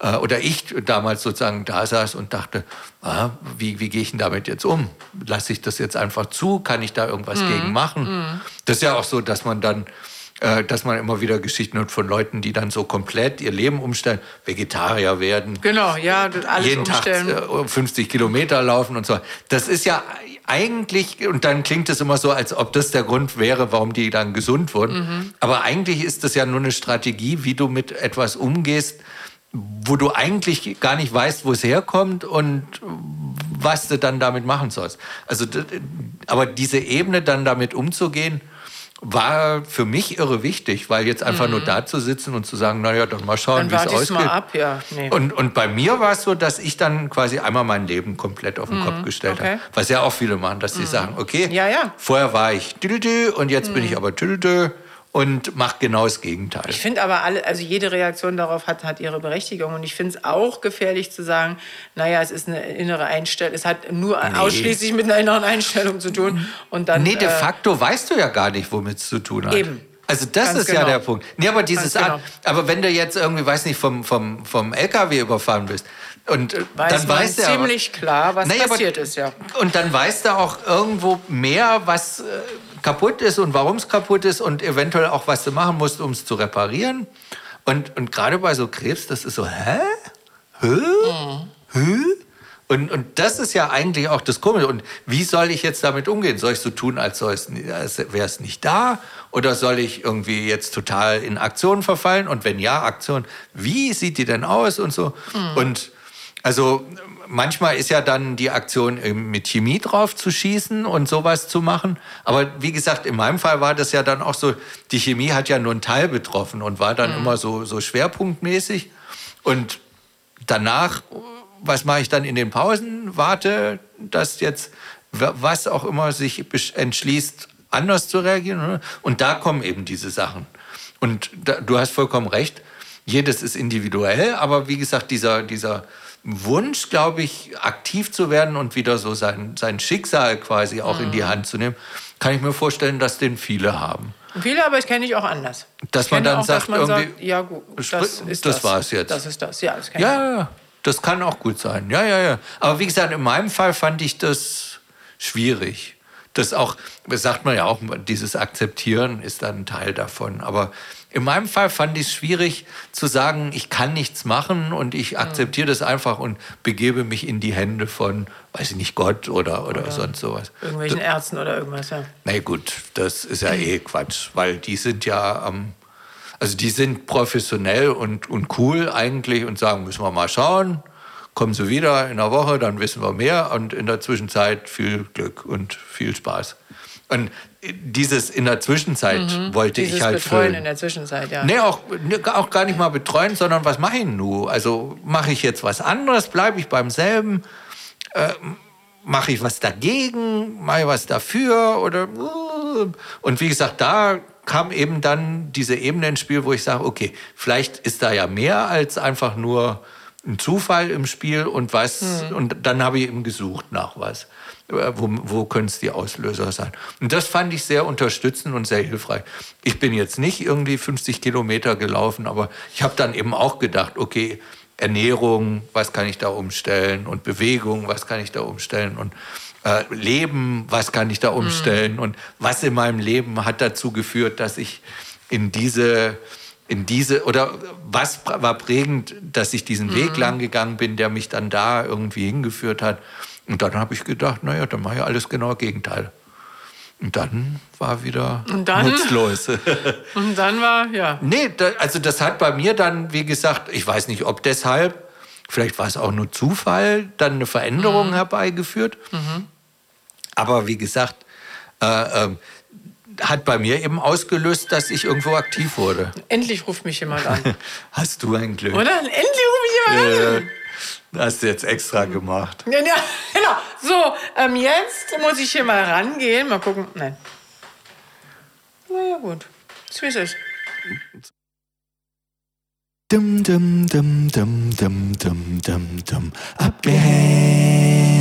[SPEAKER 2] äh, oder ich damals sozusagen da saß und dachte, ah, wie, wie gehe ich denn damit jetzt um? Lasse ich das jetzt einfach zu? Kann ich da irgendwas
[SPEAKER 3] Mhm,
[SPEAKER 2] gegen machen? Das ist ja auch so, dass man dann, äh, dass man immer wieder Geschichten hört von Leuten, die dann so komplett ihr Leben umstellen, Vegetarier werden,
[SPEAKER 3] Genau, ja, das alles
[SPEAKER 2] jeden
[SPEAKER 3] umstellen.
[SPEAKER 2] Tag äh, 50 Kilometer laufen und so. Das ist ja eigentlich, und dann klingt es immer so, als ob das der Grund wäre, warum die dann gesund wurden.
[SPEAKER 3] Mhm.
[SPEAKER 2] Aber eigentlich ist das ja nur eine Strategie, wie du mit etwas umgehst, wo du eigentlich gar nicht weißt, wo es herkommt und was du dann damit machen sollst. Also, d- aber diese Ebene dann damit umzugehen, war für mich irre wichtig, weil jetzt einfach nur da zu sitzen und zu sagen, naja, dann mal schauen,
[SPEAKER 3] Mhm. Dann
[SPEAKER 2] wie es
[SPEAKER 3] warte
[SPEAKER 2] ausgeht.
[SPEAKER 3] ich mal ab, ja. Nee.
[SPEAKER 2] Und, und bei mir war es so, dass ich dann quasi einmal mein Leben komplett auf den Kopf gestellt
[SPEAKER 3] Mhm. okay. Mhm.
[SPEAKER 2] habe. Was ja auch viele machen, dass sie sagen, okay,
[SPEAKER 3] Ja, ja. Mhm.
[SPEAKER 2] vorher war ich tüdeltü und jetzt bin ich aber tüdeltü und mache genau das Gegenteil.
[SPEAKER 3] Ich finde aber alle, also jede Reaktion darauf hat, hat ihre Berechtigung. Und ich finde es auch gefährlich zu sagen, naja, es ist eine innere Einstellung, es hat nur ausschließlich mit einer inneren Einstellung zu tun. Und dann.
[SPEAKER 2] nee, de
[SPEAKER 3] äh,
[SPEAKER 2] facto weißt du ja gar nicht, womit es zu tun hat.
[SPEAKER 3] Eben.
[SPEAKER 2] Also das
[SPEAKER 3] Ganz
[SPEAKER 2] ist ja
[SPEAKER 3] genau.
[SPEAKER 2] der Punkt. Nee, aber dieses
[SPEAKER 3] Ganz genau.
[SPEAKER 2] Art, aber wenn du jetzt irgendwie, weiß nicht, vom, vom, vom LKW überfahren bist und äh,
[SPEAKER 3] Weiß
[SPEAKER 2] dann
[SPEAKER 3] man
[SPEAKER 2] weißt du ja-
[SPEAKER 3] ziemlich klar, was
[SPEAKER 2] Naja, aber-
[SPEAKER 3] passiert ist, ja.
[SPEAKER 2] Und dann weiß da auch irgendwo mehr, was äh, kaputt ist und warum es kaputt ist und eventuell auch, was du machen musst, um es zu reparieren. Und, und gerade bei so Krebs, das ist so, hä? Hä?
[SPEAKER 3] Mhm.
[SPEAKER 2] Hä? Und, und das ist ja eigentlich auch das Komische. Und wie soll ich jetzt damit umgehen? Soll ich so tun, als, soll es nie- als wäre es nicht da? Oder soll ich irgendwie jetzt total in Aktion verfallen? Und wenn ja, Aktion, wie sieht die denn aus und so?
[SPEAKER 3] Mhm.
[SPEAKER 2] Und also manchmal ist ja dann die Aktion eben mit Chemie drauf zu schießen und sowas zu machen. Aber wie gesagt, in meinem Fall war das ja dann auch so, die Chemie hat ja nur einen Teil betroffen und war dann immer so, so schwerpunktmäßig. Und danach, was mache ich dann in den Pausen? Warte, dass jetzt wa- was auch immer sich besch- entschließt, anders zu reagieren. ne? Und da kommen eben diese Sachen. Und da, du hast vollkommen recht, jedes ist individuell, aber wie gesagt, dieser, dieser Wunsch, glaube ich, aktiv zu werden und wieder so sein, sein Schicksal quasi auch in die Hand zu nehmen, kann ich mir vorstellen, dass den viele haben.
[SPEAKER 3] Viele, aber ich kenne ich auch anders.
[SPEAKER 2] Dass
[SPEAKER 3] Ich
[SPEAKER 2] man
[SPEAKER 3] kenne
[SPEAKER 2] dann
[SPEAKER 3] auch, dass
[SPEAKER 2] sagt,
[SPEAKER 3] man sagt,
[SPEAKER 2] irgendwie,
[SPEAKER 3] ja gut, das
[SPEAKER 2] Spr-
[SPEAKER 3] ist
[SPEAKER 2] das
[SPEAKER 3] das.
[SPEAKER 2] war's jetzt.
[SPEAKER 3] Das ist das, ja. Das kenn ich.
[SPEAKER 2] Ja, ja, ja. das kann auch gut sein. Ja, ja, ja. Aber wie gesagt, in meinem Fall fand ich das schwierig. Das auch, das sagt man ja auch, dieses Akzeptieren ist dann ein Teil davon. Aber in meinem Fall fand ich es schwierig zu sagen, ich kann nichts machen und ich akzeptiere
[SPEAKER 3] Mhm.
[SPEAKER 2] das einfach und begebe mich in die Hände von, weiß ich nicht, Gott oder, oder, sonst sowas.
[SPEAKER 3] Irgendwelchen Ärzten oder irgendwas, ja.
[SPEAKER 2] Na gut, das ist ja eh Quatsch, weil die sind ja am. Also die sind professionell und, und cool eigentlich und sagen, müssen wir mal schauen, kommen sie wieder in einer Woche, dann wissen wir mehr und in der Zwischenzeit viel Glück und viel Spaß. Und dieses in der Zwischenzeit wollte
[SPEAKER 3] Mhm. Dieses
[SPEAKER 2] ich halt
[SPEAKER 3] Betreuen
[SPEAKER 2] füllen.
[SPEAKER 3] in der Zwischenzeit, ja.
[SPEAKER 2] Nee, auch, nee, auch gar nicht mal betreuen, sondern was mache ich nun? Also mache ich jetzt was anderes? Bleibe ich beim selben? Ähm, mache ich was dagegen? Mache ich was dafür? Oder, und äh. wie gesagt, da kam eben dann diese Ebene ins Spiel, wo ich sage, okay, vielleicht ist da ja mehr als einfach nur ein Zufall im Spiel und was. Und dann habe ich eben gesucht nach was. Äh, Wo, wo können es die Auslöser sein? Und das fand ich sehr unterstützend und sehr hilfreich. Ich bin jetzt nicht irgendwie 50 Kilometer gelaufen, aber ich habe dann eben auch gedacht, okay, Ernährung, was kann ich da umstellen? Und Bewegung, was kann ich da umstellen? Und äh, Leben, was kann ich da umstellen? Und was in meinem Leben hat dazu geführt, dass ich in diese, in diese, oder was pr- war prägend, dass ich diesen Weg lang gegangen bin, der mich dann da irgendwie hingeführt hat? Und dann habe ich gedacht, naja, dann mache ich alles genau Gegenteil. Und dann war wieder
[SPEAKER 3] Und dann?
[SPEAKER 2] nutzlos. *laughs*
[SPEAKER 3] Und dann war, ja.
[SPEAKER 2] Nee, da, also das hat bei mir dann, wie gesagt, ich weiß nicht, ob deshalb, vielleicht war es auch nur Zufall, dann eine Veränderung herbeigeführt. Aber wie gesagt, äh, ähm, hat bei mir eben ausgelöst, dass ich irgendwo aktiv wurde.
[SPEAKER 3] Endlich ruft mich
[SPEAKER 2] *laughs*
[SPEAKER 3] jemand an.
[SPEAKER 2] Hast du ein Glück.
[SPEAKER 3] Oder? Endlich ruft mich jemand an.
[SPEAKER 2] Äh, hast du jetzt extra gemacht.
[SPEAKER 3] Ja, ja, genau. So, ähm, jetzt muss ich hier mal rangehen. Mal gucken. Nein. Na ja, gut. Ist wie es ist.
[SPEAKER 1] Dum dum dum dum dum dum dum dum abgehängt.